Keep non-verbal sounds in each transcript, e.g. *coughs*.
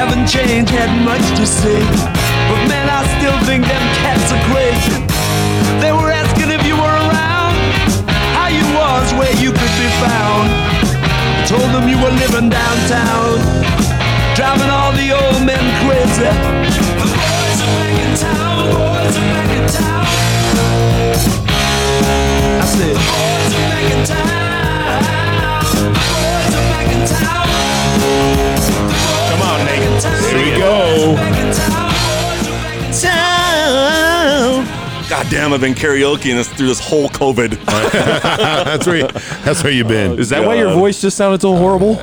ain't had much to say. But man, I still think them cats are crazy. They were asking if you were around, how you was, where you could be found. I told them you were living downtown, driving all the old men crazy. The boys are back in town, the boys are back in town. I said, the boys are back in town. The boys are back in town. Come on, Nate. Here we Boys go. are back in town. Boys are back in town. God damn, I've been karaokeing this through this whole COVID. that's where you, that's where you've been. Is that why your voice just sounded so horrible? *laughs*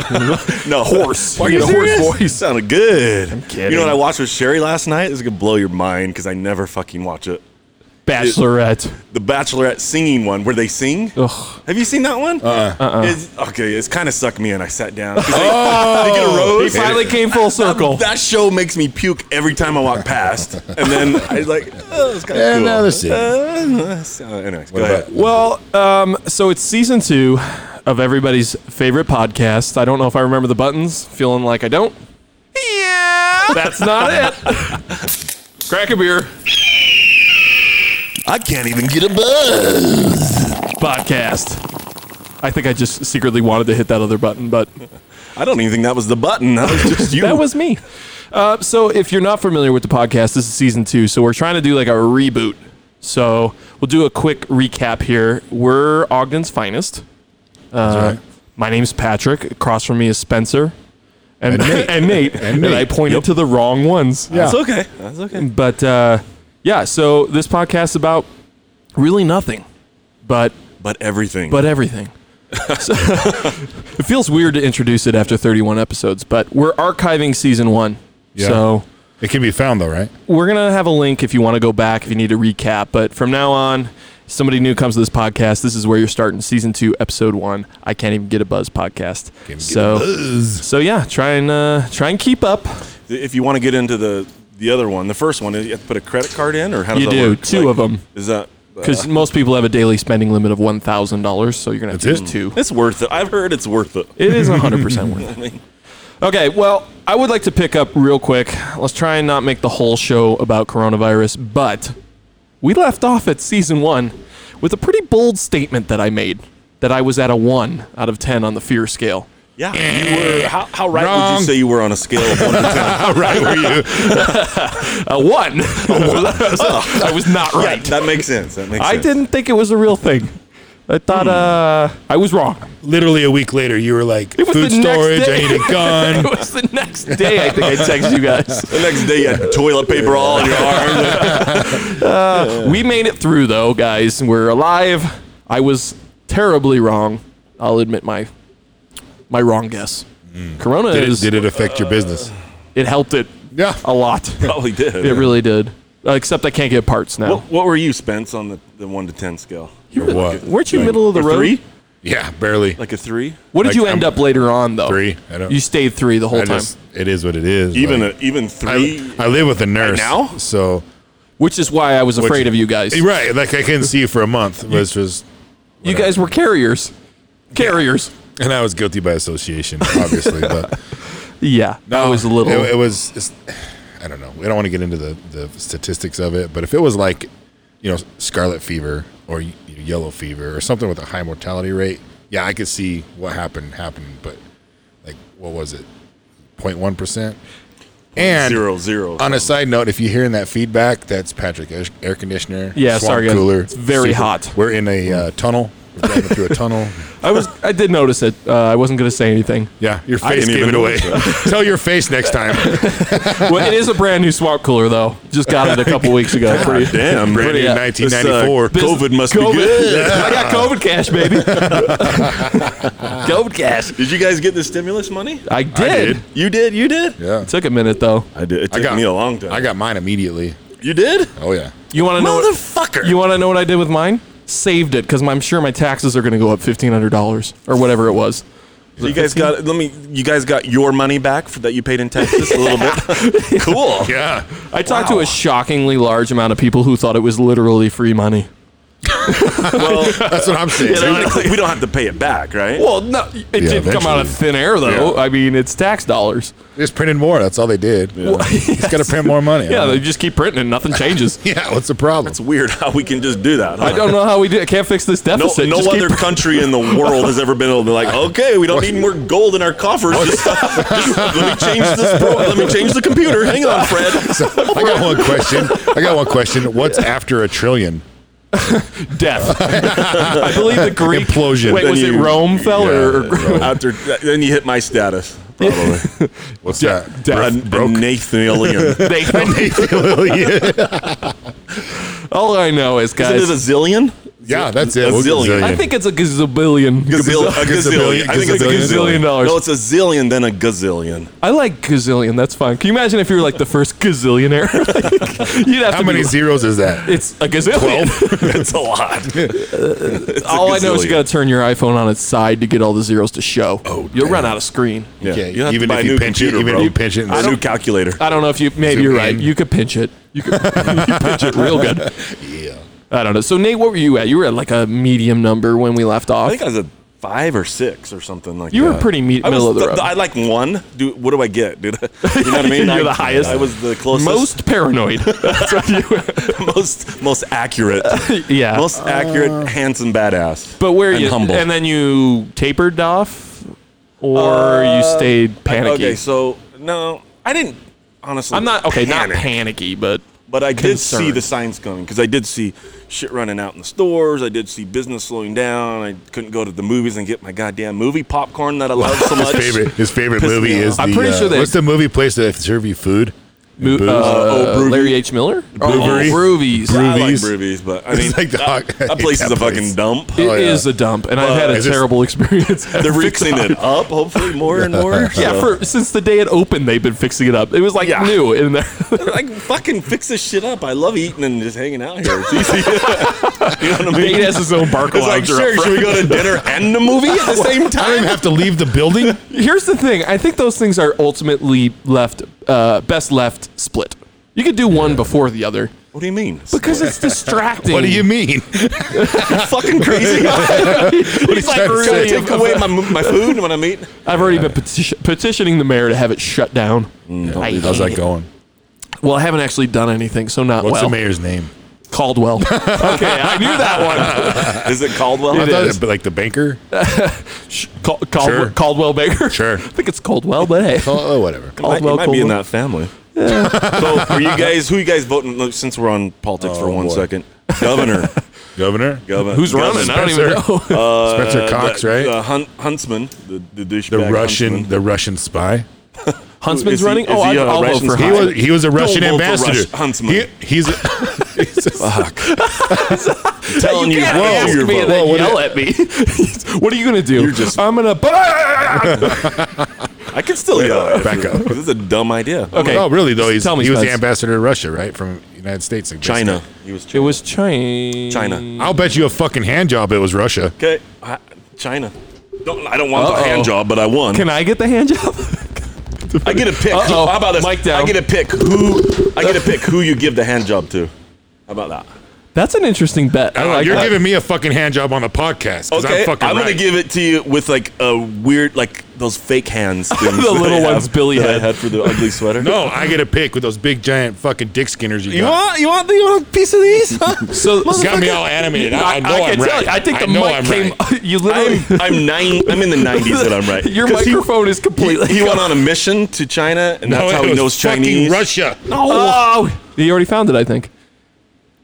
no, horse. Are Why you serious? voice? Sounded good. I'm kidding. You know what I watched with Sherry last night? This is gonna blow your mind because I never fucking watch it. *laughs* Bachelorette. The Bachelorette singing one where they sing. Ugh. Have you seen that one? Uh uh okay, it's kind of sucked me in. I sat *laughs* down. 'Cause They, they get a He rose. finally came full circle. That show makes me puke every time I walk past, and then I like. Oh, it's kind of cool. Another scene. Uh, so anyways, go about- ahead. Well, um, so it's season two of everybody's favorite podcast. I don't know if I remember the buttons. Feeling like I don't. Yeah, that's not it. Crack a beer I can't even get a buzz. podcast. I think I just secretly wanted to hit that other button, but I don't even think that was the button. That was just you. that was me. Uh, so, if you're not familiar with the podcast, this is season two. So, we're trying to do like a reboot. So, we'll do a quick recap here. We're Ogden's finest. Uh, That's right. My name's Patrick. Across from me is Spencer and, and Nate. *laughs* and, Nate. I pointed to the wrong ones. That's okay. That's okay. But uh, yeah, so this podcast is about really nothing, but But everything. but everything. So- *laughs* it feels weird to introduce it after 31 episodes, but we're archiving season one. Yeah. So It can be found though, right? we're gonna have a link if you want to go back if you need to recap. But from now on, somebody new comes to this podcast. This is where you're starting season two, episode one. I can't even get a buzz podcast. so so yeah, try and uh, try and keep up. if you want to get into the the other one, the first one, you have to put a credit card in, or how does You that do, work? two of 'em. Is that uh, Because because most people have a daily spending limit of one thousand dollars, so you're gonna have That's to it. do two. it's worth it? I've heard it's worth it. It is hundred percent worth it. I mean, Okay, well, I would like to pick up real quick. Let's try and not make the whole show about coronavirus, but we left off at season one with a pretty bold statement that I made that I was at a one out of ten on the fear scale. yeah, you were. How, how right would Wrong. you say you were on a scale of *laughs* one to ten? *laughs* All right, were you? *laughs* A one. Oh, I was not Yeah, right. that makes sense. That makes I sense. didn't think it was a real thing. I thought uh, I was wrong. Literally a week later, you were like, was food the next storage. I day. need a *laughs* It gun. was the next day. I think I texted you guys. *laughs* The next day, you had toilet paper all on your arm. We made it through though, guys. We're alive. I was terribly wrong. I'll admit my my wrong guess. Corona Mm. did, *laughs* it, is did it affect your business? Oh. it helped it Yeah. a lot. *laughs* *laughs* Probably did. It really did. Uh, except I can't get parts now. What, what were you, Spence, on the, the one to ten scale? Or what? Weren't you middle of the A road? three? Yeah, barely. Like a three? What did Like, you end I'm- up later on though? Three. I don't- You stayed three the whole I time, just, it is what it is. Even like, a, even three? I, I live with a nurse now? so which is why I was Which- afraid of you guys. right. Like I couldn't see you for a month, which was, You guys were carriers. Carriers. and I was guilty by association, obviously. but Yeah. I was a little. It, it was. It's, I don't know. We don't want to get into the the statistics of it, but if it was like, you know, scarlet fever or y- yellow fever or something with a high mortality rate, yeah, I could see what happened happening. But like, what was it? 0.1 percent. And Zero, zero. On a side note, if you're hearing that feedback, that's Patrick air, air conditioner. Yeah, swamp sorry, guys. cooler. It's very hot. We're in a uh, tunnel. We're driving through a *laughs* tunnel. I was. I did notice it. Uh, I wasn't gonna say anything. Yeah, your I face didn't gave it even away. notice Tell your face next *laughs* time. well, it is a brand new swamp cooler though. Just got it a couple weeks ago. Pretty- Damn, Brand Pretty- new yeah. 1994. This, uh, COVID must COVID. be good. *laughs* I got COVID cash, baby. *laughs* COVID cash. Did you guys get the stimulus money? I did. did. You did. You did. yeah. Took a minute though. I did. It took me a long time. I got mine immediately. You did? Oh yeah. You want to know? What, Motherfucker. you want to know what I did with mine? Saved it because I'm sure my taxes are going to go up fifteen hundred dollars or whatever it was. So you guys got let me you guys got your money back for, that you paid in Texas a little bit. cool. Yeah. I talked to a shockingly large amount of people who thought it was literally free money. Well, That's what I'm saying. technically, we don't have to pay it back, right? Well, no, it didn't come out of eventually. thin air though. Yeah. I mean, it's tax dollars. They just printed more. That's all they did. Yeah. Just got to print more money. Yeah, they just keep printing and nothing changes. yeah. What's the problem? it's weird how we can just do that. huh? I don't know how we did. I can't fix this No, deficit. no Just keep other country in the world has ever been able to be like, okay, we don't need more gold in our coffers. Just, just let me change this. Pro- let me change the computer. Hang on, Fred. So, I got one question. I got one question. What's after a trillion? *laughs* death. I believe the Greek Implosion. Wait, Then was it you- Rome fell or, or After then, you hit my status. Probably What's that? death. a, a *laughs* nathanillion. *laughs* they? All I know is, Isn't it guys. a zillion? yeah, that's it. A We'll get zillion. I think it's a gazibillion. Gazill- a Gazillion. gazillion. I think it's a Gazillion gazillion dollars. No, it's a zillion, then a *laughs* gazillion. I like gazillion. That's fine. Can you imagine if you were like the first gazillionaire? *laughs* Like, you'd have How to many Be, zeros is that? *laughs* it's a gazillion. That's a lot. *laughs* All I know is gazillion. you got to turn your iPhone on its side to get all the zeros to show. Oh, you'll run out of screen. Yeah, Okay, you have even to buy if a you new pinch it- computer, even if bro. you pinch it in the a new soup. calculator. I don't know if you. Maybe you're right. in? You could pinch it. You could, *laughs* you pinch it real good. Yeah. I don't know. So Nate, what were you at? You were at like a medium number when we left off. I think I was a five or six or something like you that. were pretty me- I was middle of the th- road. th- I like one. Dude, what do I get, dude? *laughs* You know what I mean? *laughs* You're I- the highest. I was the closest. Most paranoid. That's what you were. *laughs* most, most accurate. *laughs* Yeah. Most Uh. accurate, handsome, badass. but where and you humble. and then you tapered off, or you stayed panicky. Uh, Okay, so no, I didn't. Honestly, I'm not okay. Not panic. panicky, but But I did see concerned. the signs coming because I did see shit running out in the stores. I did see business slowing down. I couldn't go to the movies and get my goddamn movie popcorn that I love so much. Favorite. His favorite Pissed movie me off. is. The, I'm pretty uh, sure they- What's the movie place that serve you food? Mo- Booze? uh, Oh, Bruvie. Larry H. Miller. Bruvie. Oh, Bruvie's. Bru- I like Movies. movies, but *laughs* I It's mean, like the that, hot- *laughs* that place is that a place. fucking dump. It is Oh, *laughs* yeah. a dump, and I've had a Is this- terrible *laughs* *laughs* experience. They're every fixing time. it up, hopefully more and more. *laughs* Yeah, so- for since the day it opened, they've been fixing it up. It was like Yeah. new in there. *laughs* like fucking fix this shit up. I love eating and just hanging out here. It's easy. *laughs* you know what I mean? Nate *laughs* has his own bark it's like, lounger. up sure, should we go to dinner and the movie at *laughs* the same I don't time? even have to leave the building. Here's the thing. I think those things are ultimately left, uh, best left split. You could do one before the other What do you mean? because it's distracting. What do you *laughs* mean? fucking *laughs* crazy. He's like, trying to really, say? Take away my, my food when I'm eating. I've already been petition- petitioning the mayor to have it shut down. I How's hate that going? it. Well, I haven't actually done anything, so not What's well. the mayor's name? Caldwell. *laughs* okay, I knew that one. Is it Caldwell? I thought is. it- like the *laughs* banker. Sh- Cal- Caldwell, Sure. Caldwell Baker. Sure. I think it's Caldwell, but hey. Oh, oh, whatever. Might- Caldwell, you might be in Caldwell. that family. so, are *laughs* you guys? Who you guys voting? look, Since we're on politics for Oh, one boy. second, *laughs* governor, Governor governor, Who's running? I don't even *laughs* Spencer. know. Uh, Spencer Cox, right? The hun- huntsman, the the, the douchebag Russian, huntsman. the Russian spy. Huntsman's Is he- running? is Oh, he, I'd, uh, I'll vote Russian for spy? He Huntsman. was he was a Russian vote for Rush- ambassador. Huntsman. He- he's a, he's a- telling You you, can't whoa, ask your me vote. and then yell at me. *laughs* what are you gonna do? You're just- I'm gonna. I can still yell. at Back you. up. This is a dumb idea. Okay. No, really though. He's, Tell me, he was the Spence. ambassador to Russia, right, from United States. I guess. China. He was It China. was China. China. I'll bet you a fucking hand job it was Russia. Okay, I- China. Don't, I don't want Uh-oh. the hand job, but I won. Can I get the hand job? *laughs* I get a pick. Uh-oh. How about this? Mic down. I get a pick who I get a pick who you give the hand job to. How about that? That's an interesting bet. I Oh, like You're that. giving me a fucking hand job on the podcast. 'cause Okay, I'm, I'm, fucking gonna right. give it to you with like a weird, like those fake *laughs* hands. Things The that I little have- ones Billy that I had. had for the ugly sweater. No, I get a pick with those big giant fucking dick skinners you, got. You want the you want a piece of these? Huh? *laughs* So Got me all animated. I, I know can am tell right. you, I think the know mic I'm came. right. *laughs* You literally. *laughs* I'm I'm nine. I'm in the 90s that I'm right. *laughs* Your 'Cause he- microphone is completely. He, went on a mission to China, and *laughs* No, that's how it he was knows fucking Chinese. Russia. Oh, he already found it. I think.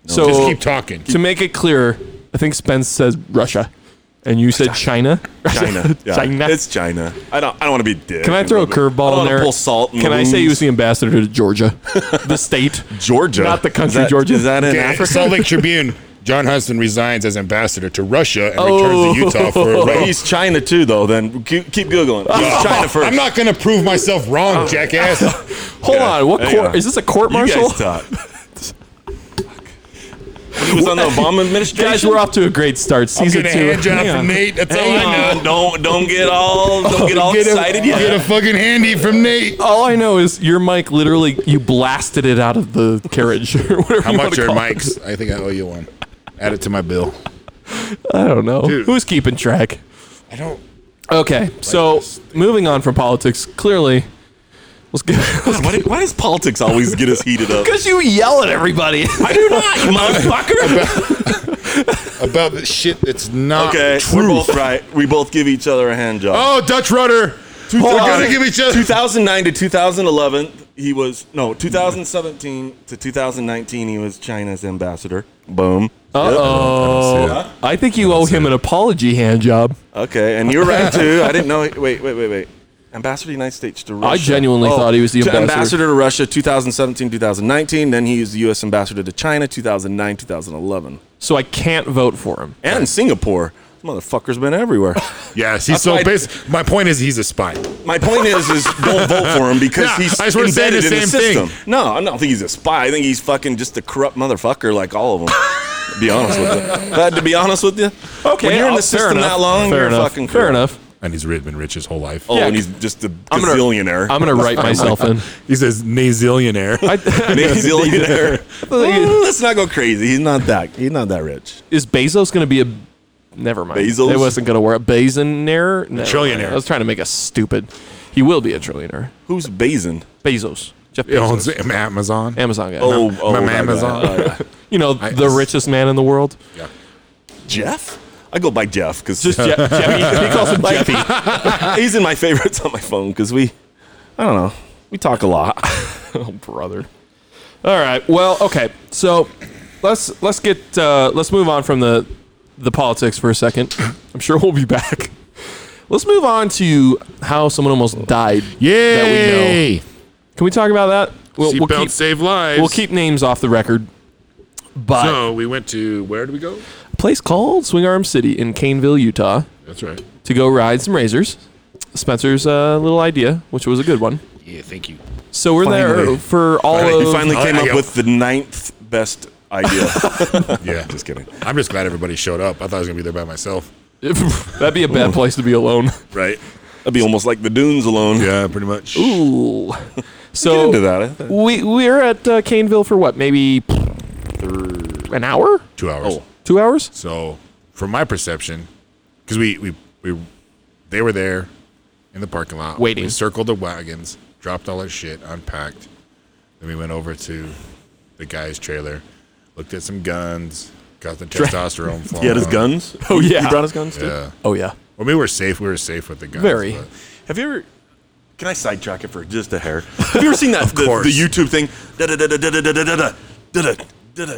so Just keep talking. To make it clear, I think Spence says Russia, and you said China. *laughs* China. Yeah. China. It's China. I don't. I don't want to be dick. Can I throw a curveball I in don't wanna there? Pull salt. in Can the I say he wounds. was the ambassador to Georgia, the state, Georgia? not the country, Is that- Georgia? Is that in Yeah, Africa? Salt Lake Tribune. John Huston resigns as ambassador to Russia and Oh. returns to Utah for *laughs* a But row. he's China too, though. Then keep, keep googling. He's China first. I'm not going to prove myself wrong, *laughs* jackass. Hold on, what Hang court on. is this a court You martial? guys thought. He was on the Obama administration. Guys, we're off to a great start. I'm Season going to two. hand job from Nate. That's all Hang I on, know. don't don't get all don't get all Get a, excited yet. get a fucking handy from Nate. All I know is your mic literally you blasted it out of the carriage or *laughs* whatever. How you much wanna are call it. mics? I think I owe you one. Add it to my bill. I don't know. Dude. Who's keeping track? I don't. Okay, so this moving on from politics, clearly, *laughs* let's go. Why, do- why does politics always get us heated up? Because you yell *laughs* at everybody. I do not, you motherfucker. About the shit that's not okay, we're true. both right. We both give each other a hand job. Oh, Dutch Rudder. They're gonna on. give each other. 2009 to 2011, he was no 2017 to 2019. He was China's ambassador. Boom. Uh-oh. That's I think you owe him an apology hand job. Okay, and you're right too. I didn't know. Wait, wait, wait, wait. Ambassador of the United States to Russia. Oh, genuinely thought he was the to ambassador. to Russia 2017, 2019. Then he is the U.S. ambassador to China 2009, 2011, So I can't vote for him. and Singapore. Motherfucker's been everywhere. Yes, he's That's why so I- basic. My point is, he's a spy. My point is, is don't vote for him because Yeah, he's I just wanna say the embedded in the same system. thing. No, I don't think he's a spy. I think he's fucking just a corrupt motherfucker like all of them. to be honest with *laughs* you. But to be honest with you, Okay, when you're in I'll- the fair system enough. that long, fair you're enough. fucking fair corrupt. enough. And he's ri- been rich his whole life. Oh, Yeah. and he's just a I'm gonna- gazillionaire. I'm gonna *laughs* write myself in. He's a nazillionaire. *laughs* gazillionaire. Mm, Let's not go crazy. He's not that. He's not that rich. Is Bezos going to be a? Never mind. Bezos? It wasn't going to work. Bazonaire. No, trillionaire. I was trying to make a stupid. He will be a trillionaire. Who's Bazin? Bezos. Jeff He Bezos. owns Amazon. Amazon guy. Oh, my oh, man that guy. Amazon. Oh, yeah. You know, I- the richest man in the world. Yeah. Jeff. I go by Jeff because *laughs* Just Je- *laughs* Jeffy. *laughs* He calls him Jeffy. he's in my favorites on my phone because we, I don't know, we talk a *laughs* lot. Oh, brother. All right. Well, okay. So let's let's get uh, let's move on from the the politics for *coughs* a second. I'm sure we'll be back. Let's move on to how someone almost died. That we know. Yay! Can we talk about that? We'll, we'll Seatbelts keep, save lives. we'll keep names off the record. But So we went to where did we go? a place called Swing Arm City in Caneville, Utah, That's right. to go ride some razors. Spencer's uh, little idea, which was a good one. Yeah, thank you. So we're Finally. there for all Finally. of He finally Oh, came yeah, up yeah. with the ninth best *laughs* idea. Yeah, Just kidding. I'm just glad everybody showed up. I thought I was gonna be there by myself. *laughs* That'd be a bad place to be alone. *laughs* Right? That'd be almost like the dunes alone. Yeah, pretty much. Ooh. Get So into that. I think. we we're at uh, Caneville for what? Maybe an hour? Two hours. Oh. Two hours? So, from my perception, because we, we we they were there in the parking lot Waiting. We circled the wagons, dropped all our shit, unpacked. Then we went over to the guy's trailer, looked at some guns, *laughs* got the testosterone flowing. He had his guns. Oh yeah. He brought his guns too. Yeah. oh yeah. Well, we were safe. We were safe with the guns. Very. but- Have you ever? Can I sidetrack it for just *laughs* a hair? Have you ever seen that the, course. the YouTube thing? Da da da da da da da da da da da da da da da.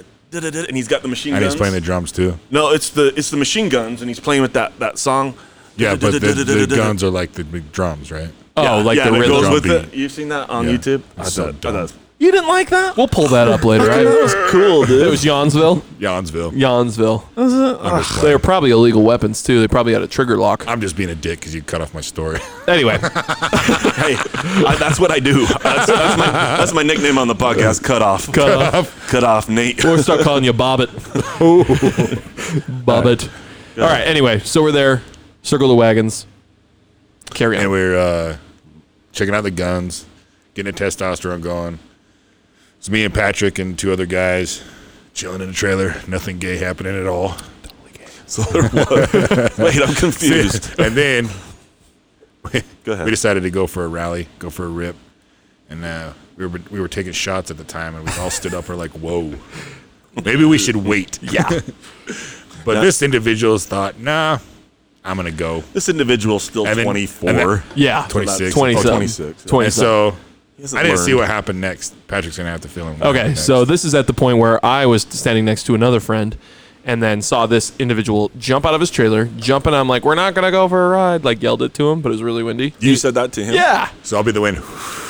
And he's got the machine And guns. he's playing the drums too. No, it's the it's the machine guns, and he's playing with that that song. Yeah, but the, the Da-da-da-da-da-da-da-da. guns are like the big drums, right? Oh, Yeah, like yeah, and the it rhythm. goes with drum it. You've seen that on Yeah. YouTube. It's so dumb. was- you didn't like that? We'll pull that up later. That I, was cool, dude. it was Yonsville. Yonsville. Yonsville. I'm, just They were playing. probably illegal weapons too. They probably had a trigger lock. I'm just being a dick because you cut off my story. Anyway, *laughs* hey, I, that's what *laughs* I do. That's, that's, my, that's my nickname on the podcast. Cut off. Cut Off. Cut off, Nate. we'll start calling you Bobbit. *laughs* Bobbit. All right. Anyway, so we're there. Circle the wagons. Carry on. and we're uh, checking out the guns, getting the testosterone going. It's me and Patrick and two other guys chilling in the trailer. Nothing gay happening at all. So there *laughs* was. Wait, I'm confused. and *laughs* then Go ahead. we decided to go for a rally, go for a rip, and uh, we were we were taking shots at the time, and we all stood up. We're like, "Whoa, maybe we should wait." *laughs* yeah. *laughs* But this individual's thought, "Nah, I'm gonna go." This individual's still And then- 24. and then- yeah. 26. Twenty. Oh, 26, yeah. And so I He hasn't didn't see learned. what happened next. Patrick's gonna have to fill him. Okay, so this is at the point where I was standing next to another friend and then saw this individual jump out of his trailer, jump, and I'm like, we're not going to go for a ride. Like, yelled it to him, but it was really windy. You said that to him? Yeah. so I'll be the win.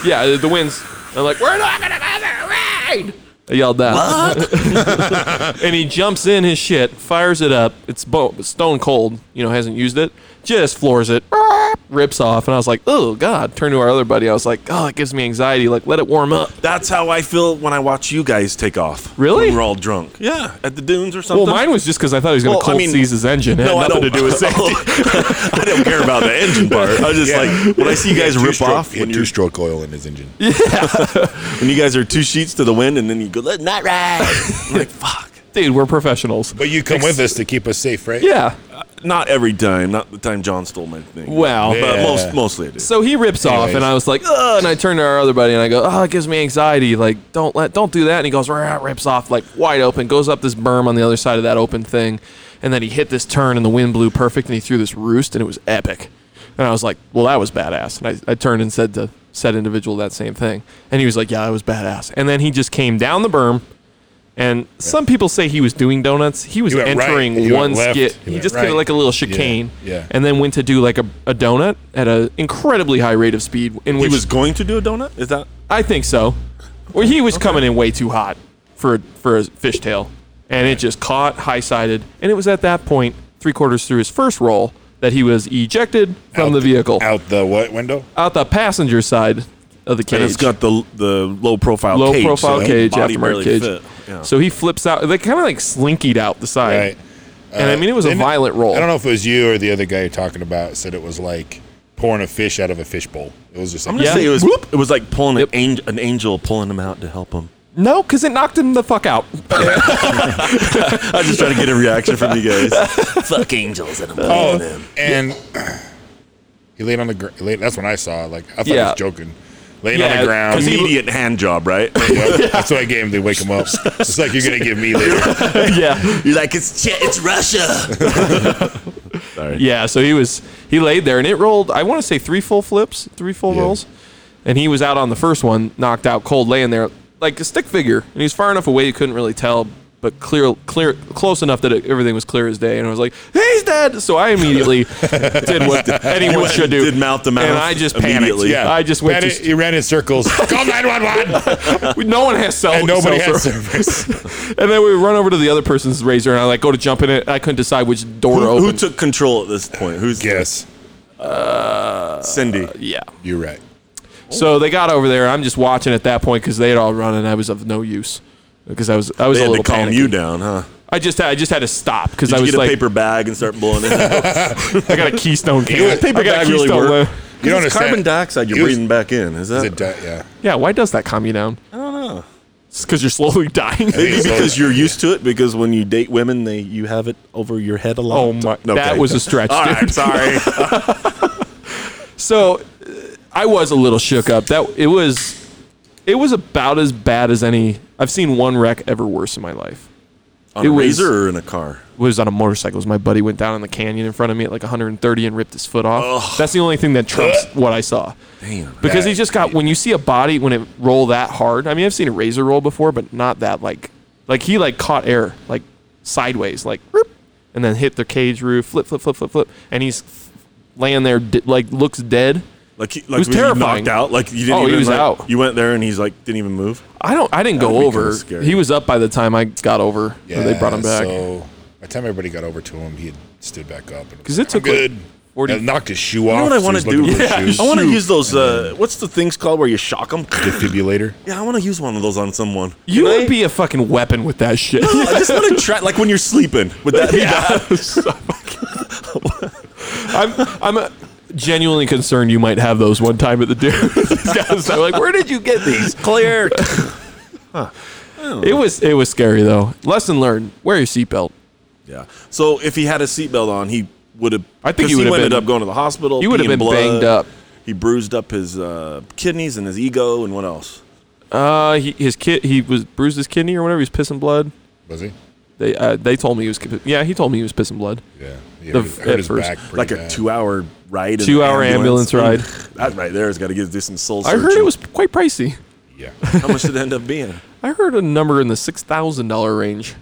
Yeah, the- the wind's. I'm like, we're not going to go for a ride. I yelled that. *laughs* and he jumps in his shit, fires it up. It's bo- stone cold, you know, hasn't used it, just floors it, rips off. And I was like, oh, God. Turn to our other buddy. I was like, oh, it gives me anxiety. Like, let it warm up. That's how I feel when I watch you guys take off. Really? When we're all drunk. Yeah, at the dunes or something. Well, mine was just because I thought he was going to Well, I cold mean- seize his engine. It had no, I nothing don't *laughs* to do with safety. I don't care about the engine part. I was just Yeah. like, when I see you guys Two rip stroke- off, he had when two you're stroke oil in his engine. *laughs* when you guys are two sheets to the wind, and then you go, "Let not ride." I'm like, fuck. dude, we're professionals. But you come with us to keep us safe, right? Yeah. Not every time. Not the time John stole my thing. Wow. but Yeah. most mostly I did. So he rips off, and Anyways. I was like, ugh. And I turned to our other buddy, and I go, oh, it gives me anxiety. Like, don't let, don't do that. And he goes, rah, rips off like wide open, goes up this berm on the other side of that open thing, and then he hit this turn, and the wind blew perfect, and he threw this roost, and it was epic. And I was like, well, that was badass. And I, I turned and said to said individual that same thing, and he was like, yeah, it was badass. And then he just came down the berm. And some people say he was doing donuts. He was He went right, entering he went one left, skit. he He, went just right. did like a little chicane, yeah. and then went to do like a, a donut at an incredibly high rate of speed. In he which was going to do a donut. Is that? I think so. Well, he was coming in way too hot for for a fishtail, and it just caught high sided. And it was at that point, three quarters through his first roll, that he was ejected from Out the vehicle out. Out the what window? the passenger side of the cage. And it's got the the low profile low cage, profile so cage, body aftermarket barely cage. fit. Yeah. So he flips out. They kind of like slinkied out the side. Right. And I mean, it was a And violent roll. I don't know if it was you or the other guy you're talking about said it was like pouring a fish out of a fish bowl. It was just like, I'm gonna Yeah. say it was Whoop. it was like pulling an, angel, an angel pulling him out to help him. No, because it knocked him the fuck out. *laughs* I was just trying to get a reaction from you guys. *laughs* Fuck angels and I'm oh, playing them. and he laid on the ground. That's when I saw. it, Like I thought he Yeah. was joking, laying on Yeah, the ground. 'cause he- Immediate hand *laughs* job, right? Yep, *laughs* That's what I gave him to wake him up. It's like you're gonna give me later. yeah. You're like, it's Ch- it's Russia. *laughs* Yeah, so he was he laid there and it rolled. I want to say three full flips, three full rolls, and he was out on the first one, knocked out cold, laying there like a stick figure. And he was far enough away you couldn't really tell, but clear, clear, close enough that it, everything was clear as day. And I was like, "He's dead!" So *laughs* I immediately did what anyone went should and do, did mouth to and mouth I just panicked. immediately. I just went. Ran To, in- he ran in *laughs* circles. Call nine one one. we- no one has cell. And nobody cell had service. *laughs* service. And then we run over to the other person's razor, and I like go to jump in it. I couldn't decide which door Who, opened. who took control at this point? Who's Yes, Cindy. Uh, yeah. you're right. So they got over there. I'm just watching at that point because they had all run, and I was of no use because I was I was They a had to little calm panicky. you down, huh? I just had, I just had to stop because Did I you was get a like paper bag and start blowing it? out? *laughs* *laughs* I got a Keystone can. would- paper I got a bag really Keystone work. can. You don't It's carbon understand. dioxide you're He was- breathing back in. Is Is that it di- yeah. Yeah, why does that calm you down? I don't know. It's because you're slowly *laughs* dying. think maybe it's because all- you're used to it? Because when you date women, they you have it over your head a lot. Oh my! Okay. That was a stretch. All dude. right, *laughs* sorry. So uh, I was a little shook up. That it was it was about as bad as any I've seen one wreck ever worse in my life. On It a was- razor or in a car? It was on a motorcycle. It was My buddy went down in the canyon in front of me at like 130 and ripped his foot off. That's the only thing that trumps what I saw. Damn. Because That- he just got when you see a body when it roll that hard. I mean, I've seen a razor roll before, but not that like like he like caught air like sideways like "Roop," and then hit the cage roof, flip, flip, flip, flip, flip, and he's laying there d- like looks dead. Like, he, like was was you terrifying. knocked out. Like you didn't Oh, he even was like, out. You went there and he's like didn't even move. I don't. I didn't go That'd be kinda over. scary. He was up by the time I got over. or they brought him back. So by the time everybody got over to him, he had stood back up. Because it took, like, good. 40 Yeah, knocked his shoe off. Oh, You know what I so want to he's looking do? for his shoes. *laughs* I want to use those. Uh, what's the things called where you shock them? defibrillator. *laughs* yeah, I want to use one of those on someone. you Can would I- be a fucking weapon with that shit. I just want to try. Like when you're sleeping, would that be bad? *laughs* I'm. I'm genuinely concerned you might have those one time at the *laughs* dare. These guys are like, where did you get these? Clear. It was it was scary though. Lesson learned: wear your seatbelt. Yeah. So if he had a seatbelt on, he would have. I think he would would've ended been- up going to the hospital. he would've peeing been blood. banged up. He bruised up his uh, kidneys and his ego and what else? Uh, he, his kid he was bruised his kidney or whatever. He was pissing blood. Was he? They uh, they told me he was ki- yeah he told me he was pissing blood. Yeah. He The hurt, his- f- hurt at his first. back pretty Like a bad. two-hour ride. in an Two-hour ambulance ride. that right there has got to give this some soul. I heard searching. it was quite pricey. Yeah. How much did it end up being? I heard a number in the six thousand dollar range,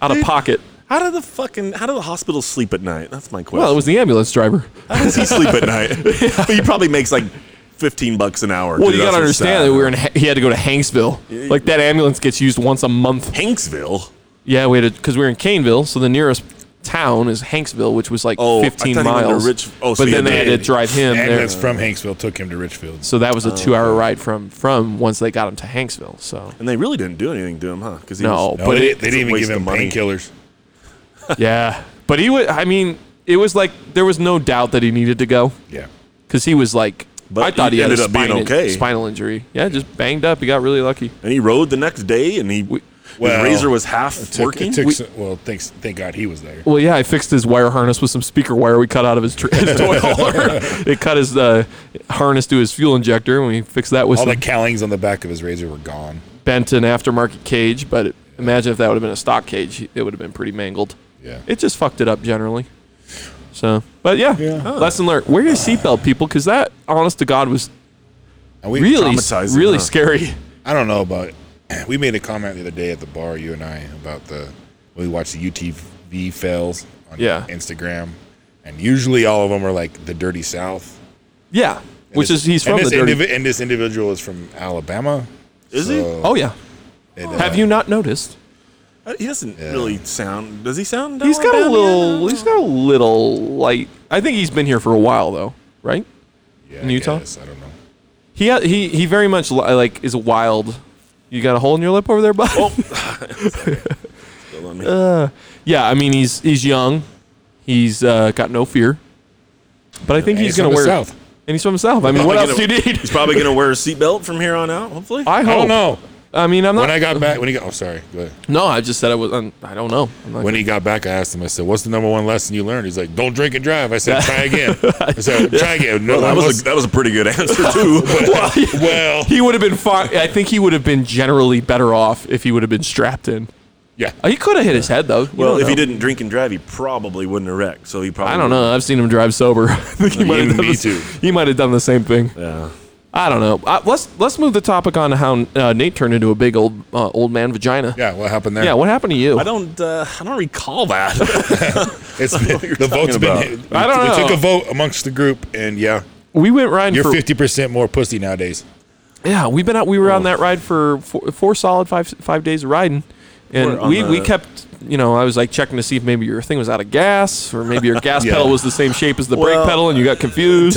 out of pocket. How do the fucking how do the hospitals sleep at night? That's my question. Well, it was the ambulance driver. *laughs* How does he sleep at *laughs* night? But he probably makes like fifteen bucks an hour. Well, dude. you That's gotta what's understand sad. that we were in. Ha- He had to go to Hanksville. Like that ambulance gets used once a month. Hanksville. Yeah, we had because we were in Caneville, so the nearest town is Hanksville, which was like Oh, I 15 thought he went to miles. Rich- oh, so but you then had they to- had to drive him there. Ambulance from Hanksville took him to Richfield. So that was Oh, a two-hour ride from from once they got him to *laughs* Hanksville. So And they really didn't do anything to him, huh? Because No, No, but they, it- they it's a didn't even waste give of him money. painkillers. yeah, but he was. I mean, it was like there was no doubt that he needed to go Yeah. because he was like. But I thought he he, had ended a up being spinal, okay. spinal injury. Yeah, just banged up. He got really lucky. and he rode the next day, and he Well, His razor was half It took- working. it took We- so- well, thanks, thank God he was there. Well, yeah, I fixed his wire harness with some speaker wire we cut out of his, tr- *laughs* *laughs* his toy hauler. It cut his uh, harness to his fuel injector, and we fixed that with All some the cowlings on the back of his razor were gone. bent an aftermarket cage. But it, imagine if that would have been a stock cage, it would have been pretty mangled. Yeah. It just fucked it up generally. So, but yeah, lesson learned: wear your seatbelt, people, because that, honest to God, was And we really, traumatizing, really huh? scary. I don't know about. *clears throat* We made a comment the other day at the bar, you and I, about the we watched the UTV fails on Yeah. Instagram, and usually all of them are like the Dirty South, Yeah, And which this- is he's and from the this dirty. indivi- and this individual is from Alabama. Is he? oh yeah, have you not noticed? Uh, He doesn't really sound. Does he sound? He's got a Alabama? little. He's got a little light. I think he's been here for a while though, right? yeah, in I Utah? guess. I don't know. He ha- he he very much li- like is a wild. You got a hole in your lip over there, bud. *laughs* Uh, Hold on. yeah, I mean he's he's young. He's uh, got no fear. But I think And he's he's gonna from wear. the South. And he's from the south. I mean, Probably what else do gonna- you need? *laughs* He's probably gonna wear a seatbelt from here on out. Hopefully. I hope. I don't know. I mean, I'm not. When I got back, when he got, oh sorry, go ahead. no, I just said I was. I'm, I don't know. *laughs* I'm not- *laughs* When he got back, I asked him. I said, "What's the number one lesson you learned?" He's like, "Don't drink and drive." I *laughs* said, "Try again." I said, "Try again." No, Well, that I was a, was. that was a pretty good *laughs* answer too. *laughs* Well, he- Well, *laughs* he would have been fine. I think he would have been generally better off if he would have been strapped in. yeah. Uh, He could have hit his head though. You well, don't if he know. didn't drink and drive, he probably wouldn't have wrecked. So he probably. I don't know. I've seen him drive sober. *laughs* I think he might have done me this- *laughs* too. He might have done the same thing. Yeah. I don't know. Uh let's let's move the topic on how uh, Nate turned into a big old uh, old man vagina. Yeah, what happened there? Yeah, What happened to you? I don't. Uh, I don't recall *laughs* that. It's been, you're the vote's talking been. We, I don't we know. took a vote amongst the group, and yeah, we went riding you're for fifty percent more pussy nowadays. yeah. We've been out. We were Oh. on that ride for four, four solid five five days of riding, We're and on we we the- kept. You know, I was like checking to see if maybe your thing was out of gas, or maybe *laughs* your gas Yeah. pedal was the same shape as the brake Well, pedal, and you got confused.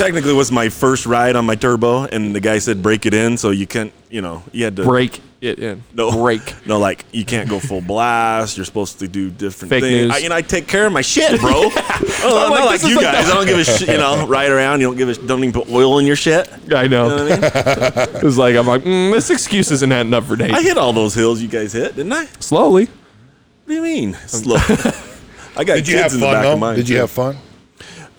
*laughs* Technically, it was my first ride on my turbo, and the guy said break it in, so you can't. You know, you had to Break it in. *laughs* No *laughs* Break. No, like you can't go full blast. You're supposed to do different Fake things. news. I, you know, I take care of my shit, *laughs* bro. *laughs* oh, I'm like, not like this is you like guys. I don't give *laughs* a shit. You know, ride around. You don't give a. sh- Don't even put oil in your shit. I You know know. what I mean? *laughs* It was like I'm like mm, this excuse isn't adding up for Nate. I hit all those hills you guys hit, didn't I? What Slowly. do you mean? *laughs* Slow. I got Did you have kids in the fun? back of Though? mine. Did you too. have fun?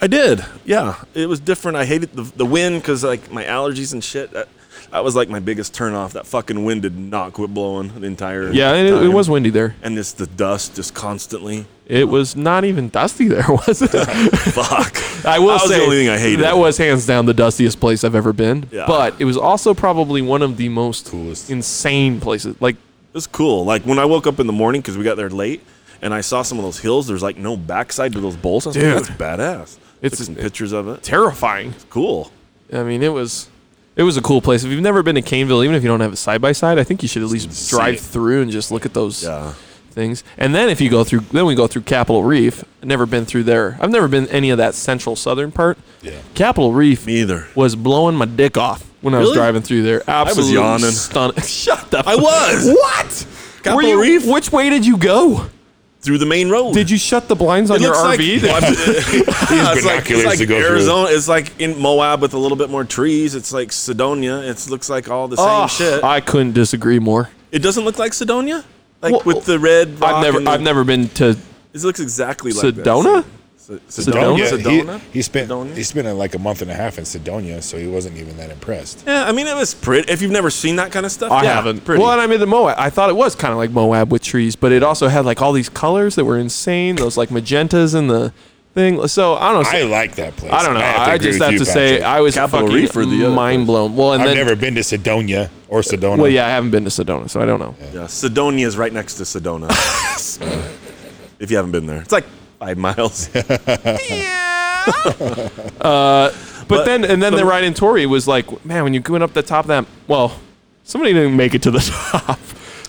I did. Yeah, it was different. I hated the the wind because like my allergies and shit. That, that was like my biggest turnoff. That fucking wind did not quit blowing the entire. Yeah, and it, it time. was windy there. And it's the dust just constantly. *laughs* It was not even dusty there, *laughs* was it? Fuck. I will that say was the only thing I hated. that was hands down the dustiest place I've ever been. Yeah. But it was also probably one of the most Coolest. insane places. Like It was cool. Like when I woke up in the morning because we got there late, and I saw some of those hills. There's like no backside to those bowls. I was Dude. like, that's badass. It's- It's Took some pictures of it. terrifying. It's cool. I mean, it was it was a cool place. If you've never been to Caneville, even if you don't have a side by side, I think you should at least see drive it. through and just look at those Yeah. things. And then if you go through, then we go through Capitol Reef. I've never been through there. I've never been any of that central southern part. Yeah. Capitol Reef Me either. was blowing my dick off when I was Really? driving through there. Absolutely yawning. Stunning. *laughs* Shut the. I was. What? Capitol Were you- Reef? Which way did you go? Through the main road. Did you shut the blinds on It your looks like- *laughs* RV? Well, I'm- yeah, it's *laughs* like, binoculars it's like to go through. Arizona. It's like in Moab with a little bit more trees. It's like Sedonia. It looks like all the same Oh, shit. I couldn't disagree more. it doesn't look like Sedonia. Like Well, with the red. Rock I've never, and the- I've never been to. It looks exactly like that. Sedona? Se- Se- Sedona? Sedona. Yeah, Sedona. He, he spent Sedona? he spent uh, like a month and a half in Sedonia, so he wasn't even that impressed. Yeah, I mean it was pretty. If you've never seen that kind of stuff, I yeah, haven't. Pretty. Well, and I mean the Moab. I thought it was kind of like Moab with trees, but it also had like all these colors that were insane. Those like magentas and the thing. So I don't know. I like that place. I don't know. have I, to agree just with have you, to say Patrick. I was Capitol fucking Reef or the other mind place? blown. Well, and I've then never been to Sedonia or Sedona. well, yeah, I haven't been to Sedona, so I don't know. Yeah, Sedonia is right next to *laughs* Sedona. if you haven't been there, it's like five miles. But, then and then the ride in Torrey was like, man, when you went up the top of that, well, somebody didn't make it to the *laughs* top.